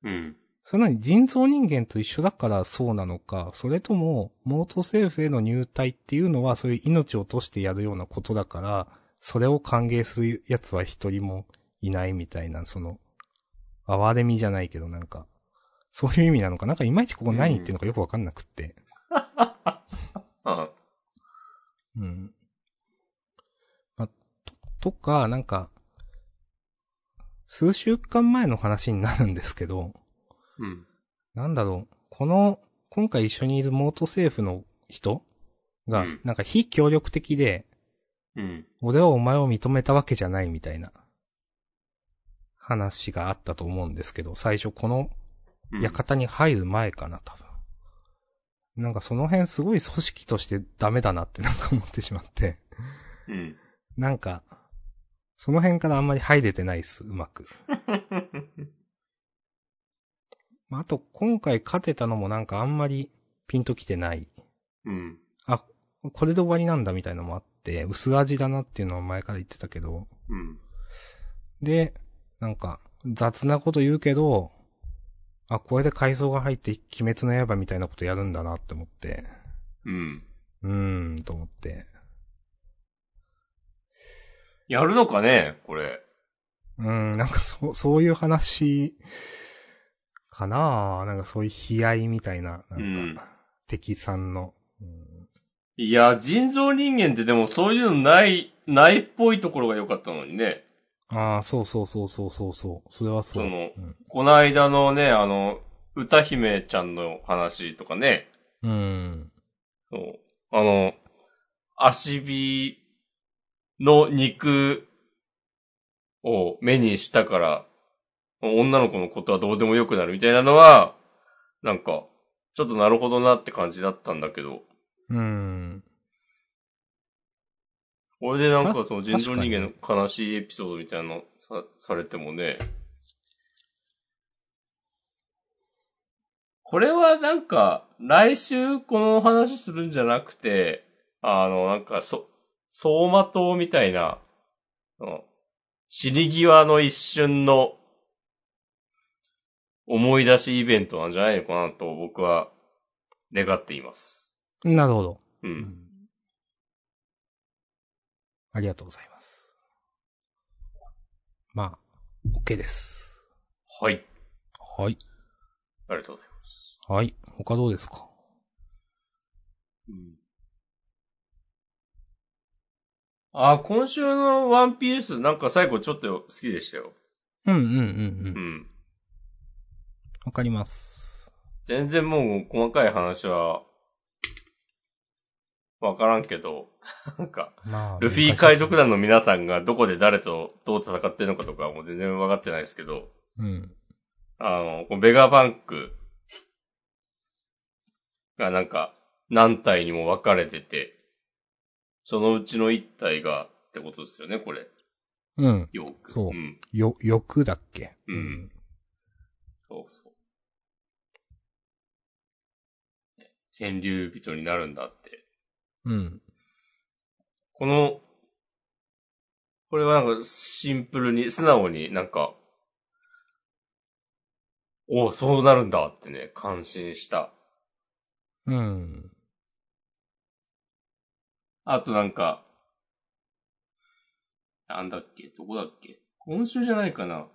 [SPEAKER 1] ど。うん。
[SPEAKER 2] それなのに人造人間と一緒だからそうなのか、それとも、モート政府への入隊っていうのはそういう命を落としてやるようなことだから、それを歓迎するやつは一人もいないみたいな、その、哀れみじゃないけどなんか、そういう意味なのか、なんかいまいちここ何言ってるのかよくわかんなくって。
[SPEAKER 1] あ
[SPEAKER 2] うん。まあ、と、とか、なんか、数週間前の話になるんですけど、
[SPEAKER 1] うん。
[SPEAKER 2] なんだろう、この、今回一緒にいるモート政府の人が、
[SPEAKER 1] うん
[SPEAKER 2] なんか非協力的で、
[SPEAKER 1] うん。
[SPEAKER 2] 俺はお前を認めたわけじゃないみたいな、話があったと思うんですけど、最初この
[SPEAKER 1] うん。
[SPEAKER 2] 館に入る前かな、多分。なんかその辺すごい組織としてダメだなって なんか思ってしまって。
[SPEAKER 1] うん。
[SPEAKER 2] なんか、その辺からあんまり入れてないっす、うまく。まあ、あと、今回勝てたのもなんかあんまりピンときてない。
[SPEAKER 1] うん。
[SPEAKER 2] あ、これで終わりなんだみたいなのもあって、薄味だなっていうのは前から言ってたけど。
[SPEAKER 1] うん。
[SPEAKER 2] で、なんか、雑なこと言うけど、あ、これで階層が入って鬼滅の刃みたいなことやるんだなって思って。
[SPEAKER 1] うん。
[SPEAKER 2] うーん、と思って。
[SPEAKER 1] やるのかねこれ。
[SPEAKER 2] うん、なんかそう、そういう話、かなぁ。なんかそういう悲哀みたいな、なんか、
[SPEAKER 1] うん
[SPEAKER 2] 敵さんの。
[SPEAKER 1] いや、人造人間ってでもそういうのない、ないっぽいところが良かったのにね。
[SPEAKER 2] ああ、そうそうそうそうそうそう。それはそう。
[SPEAKER 1] その
[SPEAKER 2] うん
[SPEAKER 1] この間のね、あの、歌姫ちゃんの話とかね。
[SPEAKER 2] うん。
[SPEAKER 1] そうあの、足火の肉を目にしたから、女の子のことはどうでもよくなるみたいなのは、なんか、ちょっとなるほどなって感じだったんだけど。
[SPEAKER 2] うん。
[SPEAKER 1] これでなんか
[SPEAKER 2] た
[SPEAKER 1] その人造人間
[SPEAKER 2] 確
[SPEAKER 1] の悲しいエピソードみたいなのさされてもね。これはなんか、来週この話するんじゃなくて、あの、なんか、そ、相馬灯みたいな、その死に際の一瞬の思い出しイベントなんじゃないのかなと僕は願っています。
[SPEAKER 2] なるほど。
[SPEAKER 1] うん。
[SPEAKER 2] ありがとうございます。まあ、OK です。
[SPEAKER 1] はい。
[SPEAKER 2] はい。
[SPEAKER 1] ありがとうございます。
[SPEAKER 2] はい。他どうですか
[SPEAKER 1] あ、今週のワンピースなんか最後ちょっと好きでしたよ。
[SPEAKER 2] うんうんうんう。
[SPEAKER 1] うんん。
[SPEAKER 2] わかります。
[SPEAKER 1] 全然もう細かい話は、わからんけど、なんか、
[SPEAKER 2] まあ。
[SPEAKER 1] ルフィ海賊団の皆さんがどこで誰とどう戦ってるのかとかもう全然わかってないですけど、
[SPEAKER 2] うん。
[SPEAKER 1] あの、このベガバンクがなんか何体にも分かれてて、そのうちの一体がってことですよね、これ。
[SPEAKER 2] うん。
[SPEAKER 1] よく。。
[SPEAKER 2] そうんよ、欲だっけ
[SPEAKER 1] うんそうそう。ね川柳人になるんだって。
[SPEAKER 2] うん。うん。
[SPEAKER 1] この、これはなんかシンプルに、素直になんか、おうそうなるんだってね、感心した。
[SPEAKER 2] うん。
[SPEAKER 1] あとなんか、なんだっけどこだっけ今週じゃないかな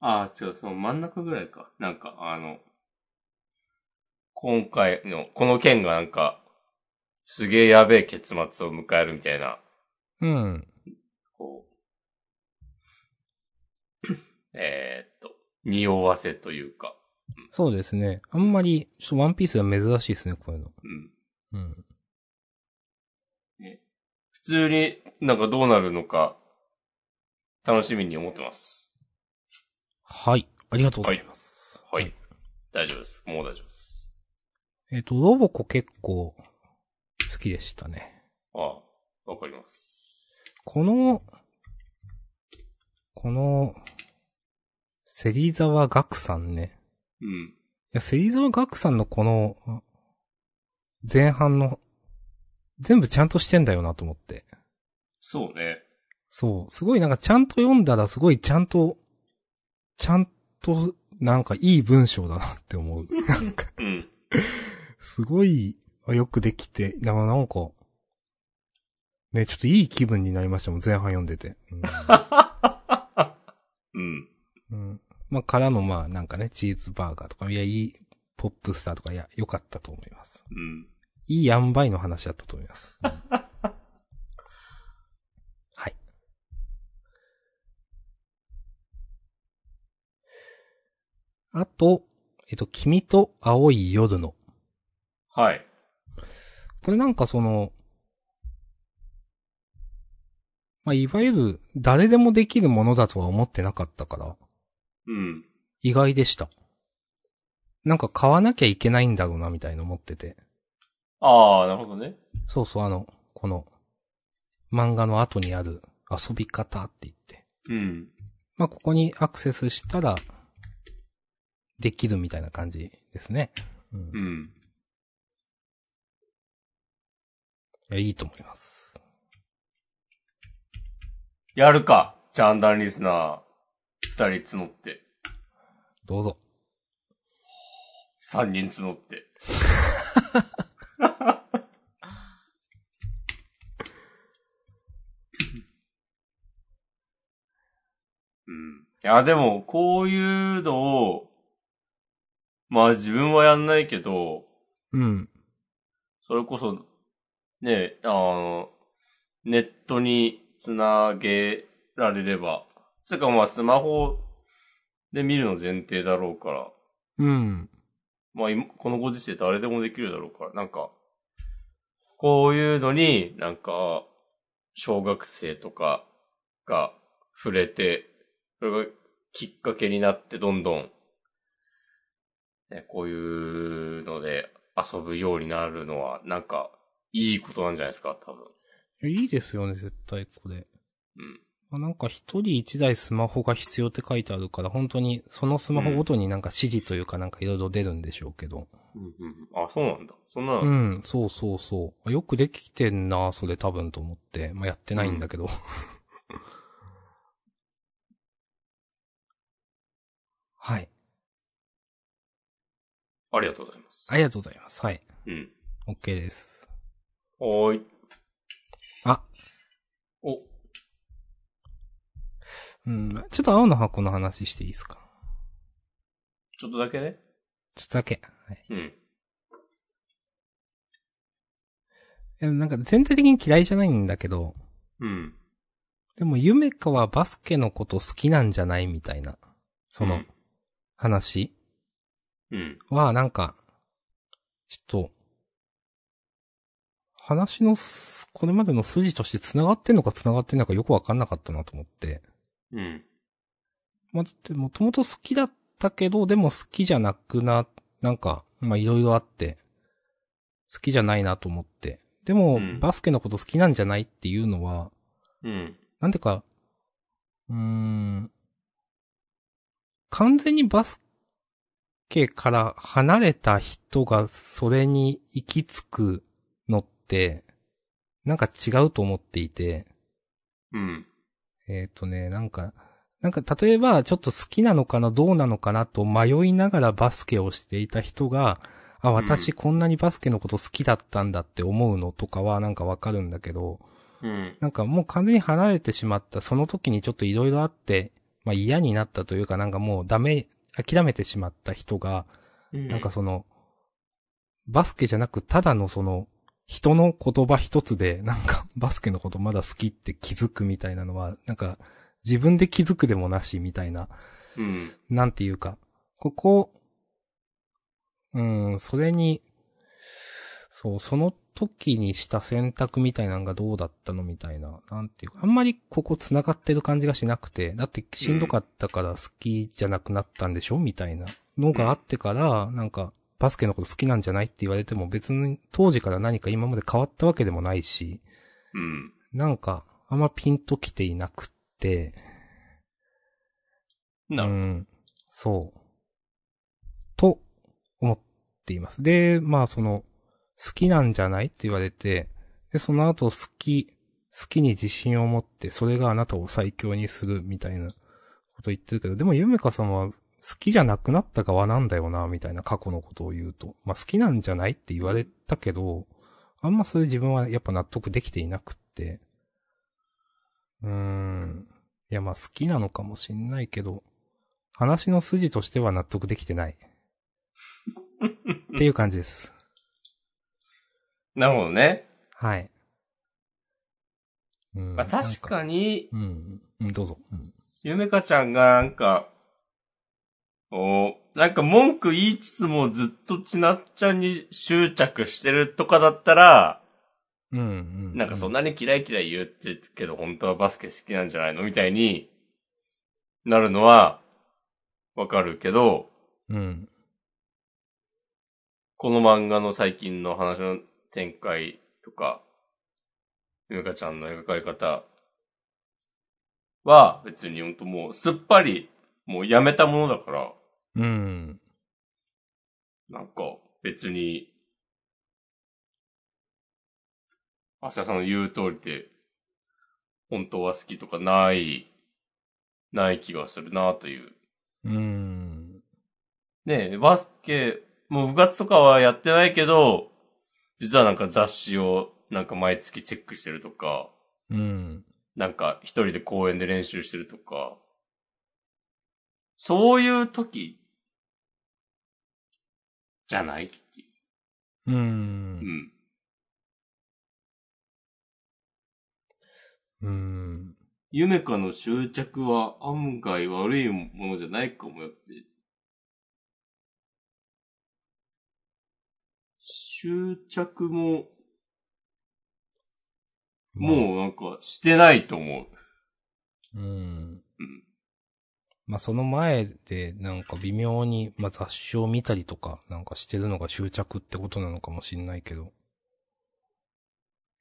[SPEAKER 1] ああ、違う、その真ん中ぐらいか。なんか、あの、今回の、この件がなんか、すげえやべえ結末を迎えるみたいな、
[SPEAKER 2] うん。
[SPEAKER 1] こう、 えーっと、匂わせというか、
[SPEAKER 2] そうですね。あんまり、ちょっとワンピースは珍しいですね、こういうの。
[SPEAKER 1] うん。
[SPEAKER 2] うん。
[SPEAKER 1] 普通になんかどうなるのか、楽しみに思ってます。
[SPEAKER 2] はい。ありがとうございます。
[SPEAKER 1] はい。大丈夫です。もう大丈夫です。
[SPEAKER 2] えっ、と、ロボコ結構、好きでしたね。
[SPEAKER 1] ああ、わかります。
[SPEAKER 2] この、この、芹沢岳さんね。
[SPEAKER 1] うん。
[SPEAKER 2] いや、芹沢岳さんのこの、前半の、全部ちゃんとしてんだよなと思って。
[SPEAKER 1] そうね。
[SPEAKER 2] そう。すごいなんかちゃんと読んだらすごいちゃんと、ちゃんと、なんかいい文章だなって思う。 なんか、
[SPEAKER 1] うん。
[SPEAKER 2] すごい、あよくできて、ななんか、ね、ちょっといい気分になりましたもん、前半読んでて。
[SPEAKER 1] うん。
[SPEAKER 2] うん。うん、まあ、からのまあ、なんかね、チーズバーガーとか、いや、いい、ポップスターとか、いや、良かったと思います。
[SPEAKER 1] うん。
[SPEAKER 2] いい塩梅の話だったと思います。うん はい。あと、えっと、君と青い夜の。
[SPEAKER 1] はい。
[SPEAKER 2] これなんかその、まあ、いわゆる誰でもできるものだとは思ってなかったから、
[SPEAKER 1] うん。
[SPEAKER 2] 意外でした。なんか買わなきゃいけないんだろうな、みたいな思ってて。
[SPEAKER 1] ああ、なるほどね。
[SPEAKER 2] そうそう、あの、この、漫画の後にある遊び方って言って。
[SPEAKER 1] うん。
[SPEAKER 2] まあ、ここにアクセスしたら、できるみたいな感じですね。うん。い
[SPEAKER 1] うん。
[SPEAKER 2] や、いいと思います。
[SPEAKER 1] やるか。ジャンダンリスナー、二人募って、
[SPEAKER 2] どうぞ。
[SPEAKER 1] 三人募って。 うん。いや、でも、こういうのを、まあ自分はやんないけど、
[SPEAKER 2] うん。
[SPEAKER 1] それこそ、ね、あの、ネットにつなげられれば、つうかまあスマホで見るの前提だろうから、
[SPEAKER 2] うん。
[SPEAKER 1] まあ今、このご時世誰でもできるだろうから、なんか、こういうのに、なんか、小学生とかが触れて、それがきっかけになってどんどん、ね、こういうので遊ぶようになるのは、なんか、いいことなんじゃないですか、多分。
[SPEAKER 2] いやいいですよね、絶対これ。
[SPEAKER 1] うん。
[SPEAKER 2] まあ、なんか一人一台スマホが必要って書いてあるから、本当にそのスマホごとになんか指示というかなんかいろいろ出るんでしょうけど。
[SPEAKER 1] うんうん。あ、そうなんだ。そんなの、
[SPEAKER 2] うん、そうそうそう。あよくできてんな、それ多分と思って。まあ、やってないんだけど。 はい。
[SPEAKER 1] ありがとうございます。
[SPEAKER 2] ありがとうございます。はい。
[SPEAKER 1] うん。
[SPEAKER 2] OK です。
[SPEAKER 1] おーい。
[SPEAKER 2] あ。
[SPEAKER 1] お、
[SPEAKER 2] うん、ちょっと青の箱の話していいですか
[SPEAKER 1] ちょっとだけね。
[SPEAKER 2] ちょっとだけ。はい。
[SPEAKER 1] うん。
[SPEAKER 2] いやなんか全体的に嫌いじゃないんだけど、
[SPEAKER 1] うん。
[SPEAKER 2] でも夢かはバスケのこと好きなんじゃないみたいな、その話。
[SPEAKER 1] うん。
[SPEAKER 2] は、なんか、ちょっと、話のす、これまでの筋として繋がってんのか繋がってんのかよくわかんなかったなと思って。
[SPEAKER 1] うん。
[SPEAKER 2] まあ、だってもともと好きだったけど、でも好きじゃなくな、なんか、まあいろいろあって、好きじゃないなと思って。でも、
[SPEAKER 1] うん
[SPEAKER 2] バスケのこと好きなんじゃないっていうのは、
[SPEAKER 1] うん。
[SPEAKER 2] なんていうか、うーん、完全にバスケから離れた人がそれに行き着くのって、なんか違うと思っていて、
[SPEAKER 1] うん。
[SPEAKER 2] えっ、とね、なんか、なんか例えばちょっと好きなのかな、どうなのかなと迷いながらバスケをしていた人が、あ、私こんなにバスケのこと好きだったんだって思うのとかはなんかわかるんだけど、
[SPEAKER 1] うん。
[SPEAKER 2] なんかもう完全に離れてしまった、その時にちょっといろいろあって、まあ嫌になったというかなんかもうダメ、諦めてしまった人が、
[SPEAKER 1] うん。
[SPEAKER 2] なんかその、バスケじゃなくただのその、人の言葉一つで、なんか バスケのことまだ好きって気づくみたいなのは、なんか自分で気づくでもなしみたいな、
[SPEAKER 1] うん。
[SPEAKER 2] なんていうか、ここ、うん、それに、そう、その時にした選択みたいなのがどうだったのみたいな、なんていうか、あんまりここ繋がってる感じがしなくて、だってしんどかったから好きじゃなくなったんでしょみたいなのがあってから、なんか、バスケのこと好きなんじゃないって言われても別に当時から何か今まで変わったわけでもないし、
[SPEAKER 1] うん。
[SPEAKER 2] なんか、あんまピンときていなくって、
[SPEAKER 1] な
[SPEAKER 2] う
[SPEAKER 1] る
[SPEAKER 2] ん。そう。と、思っています。で、まあその、好きなんじゃないって言われて、で、その後好き、好きに自信を持って、それがあなたを最強にするみたいなこと言ってるけど、でもゆめかさんは好きじゃなくなった側なんだよな、みたいな過去のことを言うと。まあ好きなんじゃないって言われたけど、あんまそれ自分はやっぱ納得できていなくって。うーん。いやまあ好きなのかもしんないけど、話の筋としては納得できてない。っていう感じです。
[SPEAKER 1] なるほどね。
[SPEAKER 2] はい。うん
[SPEAKER 1] まあ確。
[SPEAKER 2] なん
[SPEAKER 1] かに、
[SPEAKER 2] うん。うん、どうぞ。うん。
[SPEAKER 1] ゆめかちゃんがなんか、おなんか文句言いつつもずっとちなっちゃんに執着してるとかだったら、
[SPEAKER 2] うん、うん。
[SPEAKER 1] なんかそん
[SPEAKER 2] な。
[SPEAKER 1] なに嫌い嫌い言ってるけど本当はバスケ好きなんじゃないのみたいになるのはわかるけど、
[SPEAKER 2] うん。
[SPEAKER 1] この漫画の最近の話の展開とか、ゆめかちゃんの描かれ方は別に本当もうすっぱりもうやめたものだから、
[SPEAKER 2] うん。
[SPEAKER 1] なんか、別に、明日さんの言う通りで、本当は好きとかない、ない気がするなという。
[SPEAKER 2] うん。
[SPEAKER 1] ねえ、バスケ、もう部活とかはやってないけど、実はなんか雑誌をなんか毎月チェックしてるとか、
[SPEAKER 2] うん。
[SPEAKER 1] なんか一人で公園で練習してるとか、そういう時、じゃないっていう
[SPEAKER 2] う。
[SPEAKER 1] うんん。
[SPEAKER 2] うん。
[SPEAKER 1] ゆめかの執着は案外悪いものじゃないかもよって。執着も、もうなんかしてないと思う。
[SPEAKER 2] うん
[SPEAKER 1] うん。
[SPEAKER 2] まあ、その前で、なんか微妙に、まあ、雑誌を見たりとか、なんかしてるのが執着ってことなのかもしんないけど。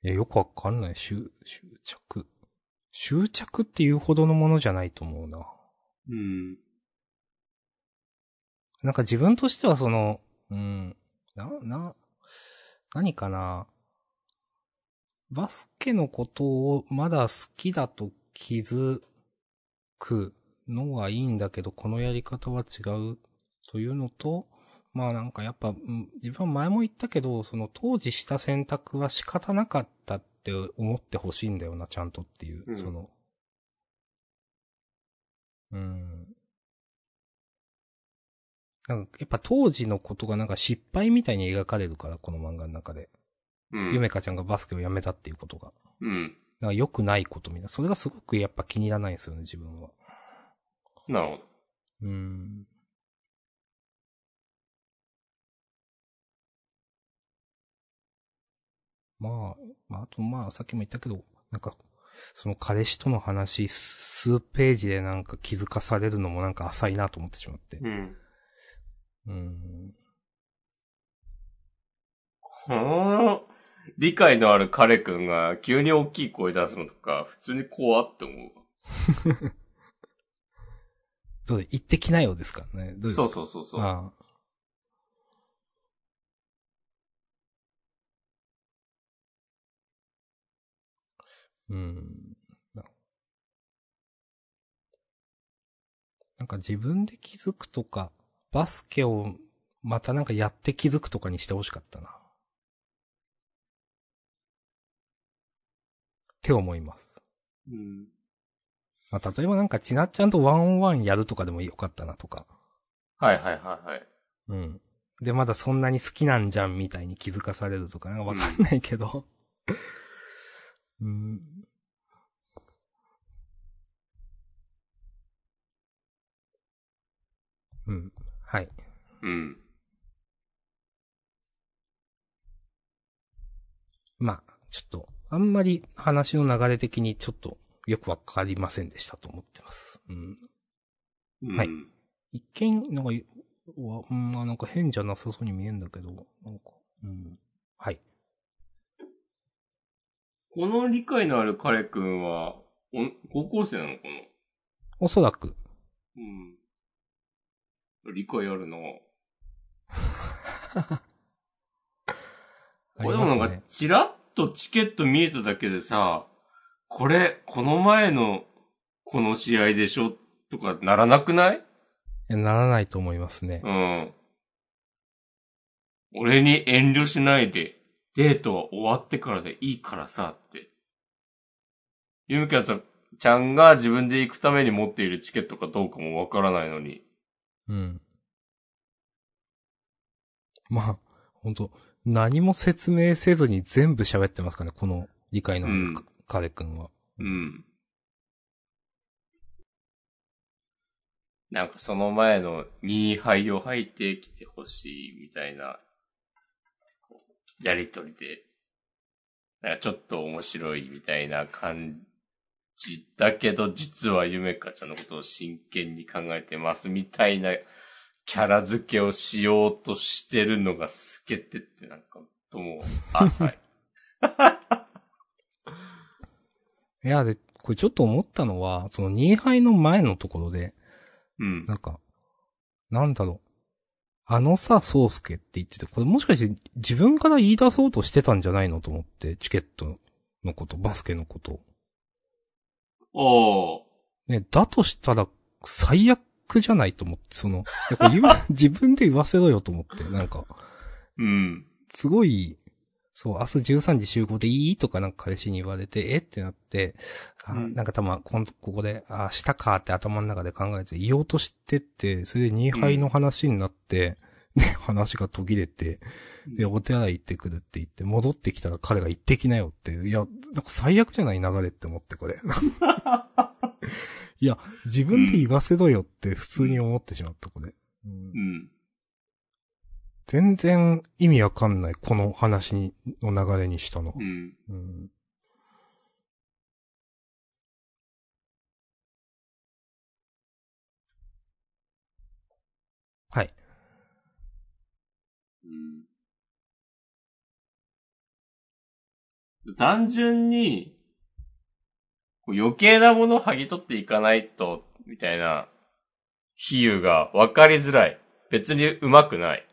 [SPEAKER 2] いや、よくわかんない。執、執着。執着っていうほどのものじゃないと思うな。
[SPEAKER 1] うん。
[SPEAKER 2] なんか自分としてはその、うん、な、な、何かな。バスケのことをまだ好きだと気づくのはいいんだけど、このやり方は違うというのと、まあなんかやっぱ、うん自分は前も言ったけど、その当時した選択は仕方なかったって思ってほしいんだよな、ちゃんとっていう、
[SPEAKER 1] うん
[SPEAKER 2] その。うん。なんかやっぱ当時のことがなんか失敗みたいに描かれるから、この漫画の中で。
[SPEAKER 1] うん。
[SPEAKER 2] ゆめかちゃんがバスケをやめたっていうことが。
[SPEAKER 1] うん。
[SPEAKER 2] なんか良くないことみたいな。それがすごくやっぱ気に入らないんですよね、自分は。
[SPEAKER 1] なるほど。
[SPEAKER 2] うん。まあ、まあ、あとまあ、さっきも言ったけど、なんか、その彼氏との話、数ページでなんか気づかされるのもなんか浅いなと思ってしまって。
[SPEAKER 1] うん。
[SPEAKER 2] うん。
[SPEAKER 1] この、理解のある彼くんが急に大きい声出すのとか、普通に怖って思うわ。
[SPEAKER 2] どうで、行ってきなよですからね。どうですか
[SPEAKER 1] そうそうそうそう。
[SPEAKER 2] ああうん。ななんか自分で気づくとか、バスケをまたなんかやって気づくとかにしてほしかったな。って思います。
[SPEAKER 1] うん。
[SPEAKER 2] まあ、例えばなんかちなっちゃんとワンオンワンやるとかでもよかったなとか。
[SPEAKER 1] はいはいはいはい。
[SPEAKER 2] うん。で、まだそんなに好きなんじゃんみたいに気づかされるとか、なんかわかんないけど。うん。うん。はい。
[SPEAKER 1] うん。
[SPEAKER 2] まあ、ちょっと、あんまり話の流れ的にちょっとよくわかりませんでしたと思ってます。うん。
[SPEAKER 1] うん
[SPEAKER 2] はい一見、なんか、わうん、まあなんか変じゃなさそうに見えんだけど、なんか、うん。はい。
[SPEAKER 1] この理解のある彼くんは、おん高校生なのかな
[SPEAKER 2] おそらく、
[SPEAKER 1] うん。理解あるなこれでもなん
[SPEAKER 2] あります
[SPEAKER 1] か
[SPEAKER 2] ね、
[SPEAKER 1] チラッとチケット見えただけでさ、これ、この前の、この試合でしょとかならなくない
[SPEAKER 2] いやならないと思いますね
[SPEAKER 1] う。ん。俺に遠慮しないで、デートは終わってからでいいからさ、って。ゆみかさん、ちゃんが自分で行くために持っているチケットかどうかもわからないのに。
[SPEAKER 2] うん。まあ、本当何も説明せずに全部喋ってますからね、この理解のある
[SPEAKER 1] うん
[SPEAKER 2] 彼くんは。
[SPEAKER 1] うん。なんかその前の2杯を吐いてきてほしいみたいな、こうやりとりで、なんかちょっと面白いみたいな感じだけど、実はゆめかちゃんのことを真剣に考えてますみたいなキャラ付けをしようとしてるのが透けてってなんか、とも浅い。
[SPEAKER 2] いや、で、これちょっと思ったのは、その2杯の前のところで、
[SPEAKER 1] うん。
[SPEAKER 2] なんか、なんだろう。あのさ、宗介って言ってて、これもしかして自分から言い出そうとしてたんじゃないのと思って、チケットのこと、バスケのことを
[SPEAKER 1] おー。
[SPEAKER 2] ね、だとしたら、最悪じゃないと思って、その、やっぱ言わ 自分で言わせろよと思って、なんか、
[SPEAKER 1] うん。
[SPEAKER 2] すごい、そう、明日13時集合でいいとかなんか彼氏に言われて、えってなって、あ
[SPEAKER 1] うん
[SPEAKER 2] なんかたま、こんここで、あ、したかって頭の中で考えて、言おうとしてって、それで2杯の話になって、で、話が途切れて、で、お手洗い行ってくるって言って、戻ってきたら彼が行ってきなよっていう、いや、なんか最悪じゃない流れって思って、これ。 いや、自分で言わせろよって普通に思ってしまった、これ。うん
[SPEAKER 1] うん。
[SPEAKER 2] 全然意味わかんない、この話にの流れにしたのは。
[SPEAKER 1] うん。
[SPEAKER 2] うん。はい。
[SPEAKER 1] うん単純に、こう余計なものを剥ぎ取っていかないと、みたいな、比喩が分かりづらい。別に上手くない。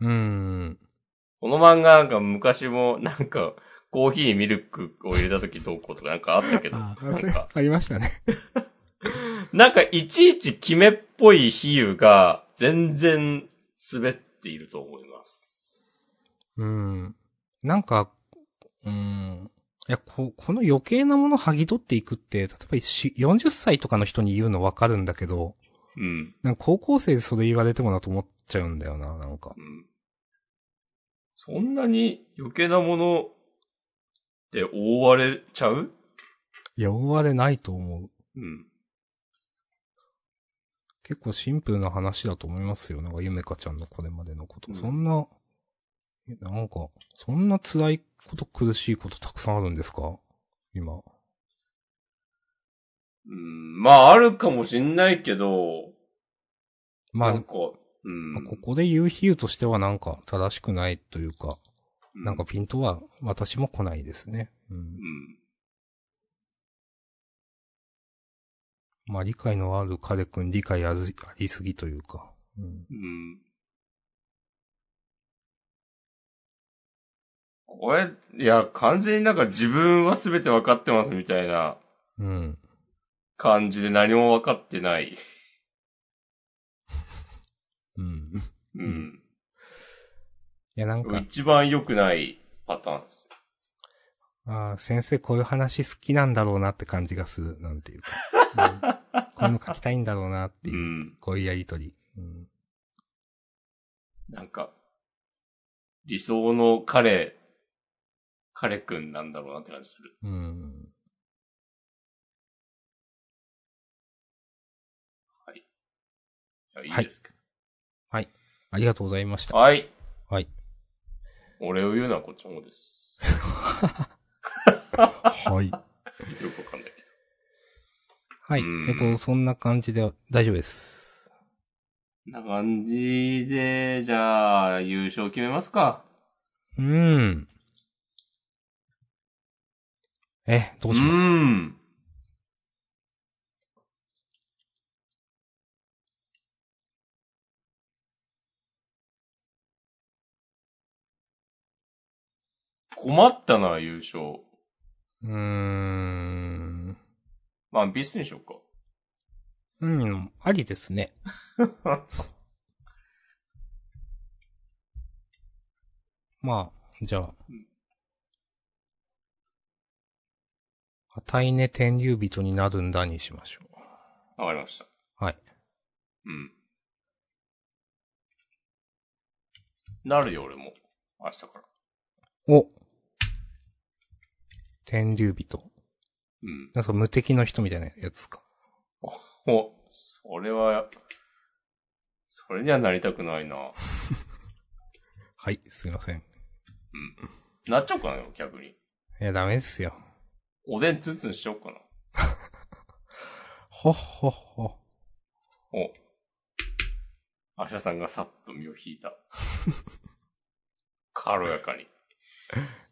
[SPEAKER 2] うーん。
[SPEAKER 1] この漫画なんか昔もなんかコーヒーにミルクを入れた時どうこうとかなんかあったけど、な
[SPEAKER 2] あ
[SPEAKER 1] ん
[SPEAKER 2] あ、それ
[SPEAKER 1] か、
[SPEAKER 2] ありましたね。
[SPEAKER 1] なんかいちいち決めっぽい比喩が全然滑っていると思います。
[SPEAKER 2] うん。なんか、うん。いや、こ、この余計なもの剥ぎ取っていくって、例えばし40歳とかの人に言うのわかるんだけど、
[SPEAKER 1] うん。
[SPEAKER 2] なんか高校生でそれ言われてもなと思っちゃうんだよな、なんか
[SPEAKER 1] う。ん。そんなに余計なもので覆われちゃう
[SPEAKER 2] いや、追われないと思う。
[SPEAKER 1] うん。
[SPEAKER 2] 結構シンプルな話だと思いますよ。なんか、ゆめかちゃんのこれまでのこと。
[SPEAKER 1] うん
[SPEAKER 2] そんな、えなんか、そんな辛いこと苦しいことたくさんあるんですか今。
[SPEAKER 1] うん。まあ、あるかもしんないけど、
[SPEAKER 2] まあ、
[SPEAKER 1] なんか、うん。
[SPEAKER 2] まあここで言う比喩としてはなんか正しくないというか、
[SPEAKER 1] う
[SPEAKER 2] なんか、ピントは私も来ないですね。う。
[SPEAKER 1] うんん。
[SPEAKER 2] まあ理解のある彼くん理解あずありすぎというか。うん。
[SPEAKER 1] うん。これ、いや、完全になんか自分は全て分かってますみたいな
[SPEAKER 2] うん。
[SPEAKER 1] 感じで何も分かってない。
[SPEAKER 2] うん。い
[SPEAKER 1] うん。
[SPEAKER 2] やなんか、
[SPEAKER 1] 一番良くないパターンです。
[SPEAKER 2] ああ、先生こういう話好きなんだろうなって感じがする、なんていうか。うん、こういうの書きたいんだろうなって
[SPEAKER 1] う
[SPEAKER 2] いう、
[SPEAKER 1] ん。
[SPEAKER 2] こういうやりとり。うん。
[SPEAKER 1] なんか、理想の彼、彼くんなんだろうなって感じする。
[SPEAKER 2] うん。
[SPEAKER 1] いやいいですけ
[SPEAKER 2] ありがとうございまし
[SPEAKER 1] ど。
[SPEAKER 2] た。
[SPEAKER 1] はい。
[SPEAKER 2] はい。
[SPEAKER 1] 俺を言うのはこっちの方です。
[SPEAKER 2] はい。
[SPEAKER 1] よくわかんないけど。
[SPEAKER 2] はい。
[SPEAKER 1] うん
[SPEAKER 2] えっと、そんな感じで大丈夫です。
[SPEAKER 1] こんな感じで、じゃあ、優勝決めますか。
[SPEAKER 2] うん。え、ど
[SPEAKER 1] ど
[SPEAKER 2] うします
[SPEAKER 1] ん。困ったな、優勝。
[SPEAKER 2] うーん。
[SPEAKER 1] まあ、ビスにしようか。
[SPEAKER 2] うん、ありですね。まあ、じゃあ。あたいね天竜人になるんだにしましょ
[SPEAKER 1] わかりました。
[SPEAKER 2] はい。
[SPEAKER 1] うん。なるよ、俺も。明日から。
[SPEAKER 2] う。お天竜人。
[SPEAKER 1] うん。
[SPEAKER 2] なんか無敵の人みたいなやつか。
[SPEAKER 1] お、それは、それにはなりたくないな。
[SPEAKER 2] はい、すいません。
[SPEAKER 1] なっちゃおうかなよ、逆に。
[SPEAKER 2] いや、ダメですよ。
[SPEAKER 1] おでんツンツンしちゃおうかな。
[SPEAKER 2] ほっほっほ。
[SPEAKER 1] お。アシャさんがさっと身を引いた。 軽やかに。
[SPEAKER 2] じ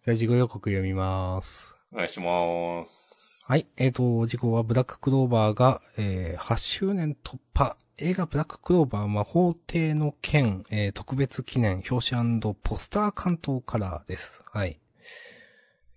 [SPEAKER 2] ゃあ、事後予告読みます。
[SPEAKER 1] お願いします。
[SPEAKER 2] はい。えっ、と、事故はブラッククローバーが、えー8周年突破。映画ブラッククローバー魔法帝の剣、えー特別記念、表紙ポスター関東カラーです。はい。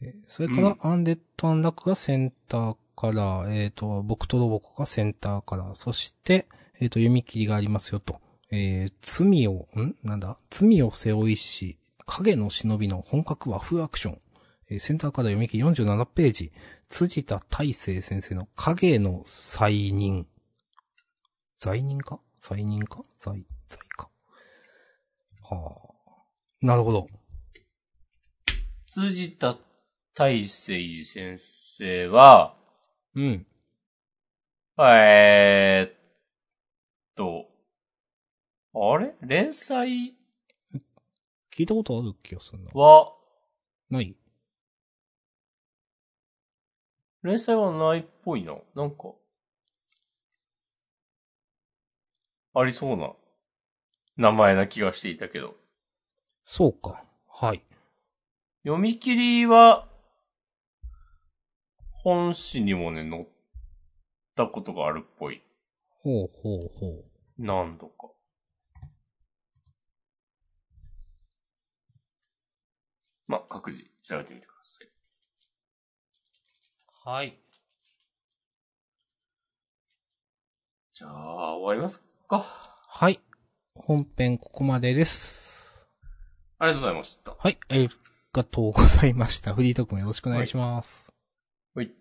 [SPEAKER 2] えーそれから、アンデッド・アンラックがセンターカラー、えっ、と、僕とロボコがセンターカラー、そして、えっ、と、読み切りがありますよと。えー罪を、んなんだ罪を背負いし、影の忍びの本格和風アクション。えーセンターカラー読み切り47ページ。辻田大成先生の影への再任。罪人か再任か罪、罪か。はあ。なるほど。
[SPEAKER 1] 辻田大成先生は、
[SPEAKER 2] うん。
[SPEAKER 1] えーっと、あれ連載
[SPEAKER 2] 聞いたことある気がするな。
[SPEAKER 1] は、
[SPEAKER 2] ない
[SPEAKER 1] 連載はないっぽいな。なんか、ありそうな名前な気がしていたけど。
[SPEAKER 2] そうか。はい。
[SPEAKER 1] 読み切りは、本誌にもね、載ったことがあるっぽい。
[SPEAKER 2] ほうほうほう。
[SPEAKER 1] 何度か。まあ、各自調べてみてください。
[SPEAKER 2] はい。
[SPEAKER 1] じゃあ、終わりますか。
[SPEAKER 2] はい。本編ここまでです。
[SPEAKER 1] ありがとうございました。
[SPEAKER 2] はい。ありがとうございました。フリートークもよろしくお願いします。
[SPEAKER 1] はい。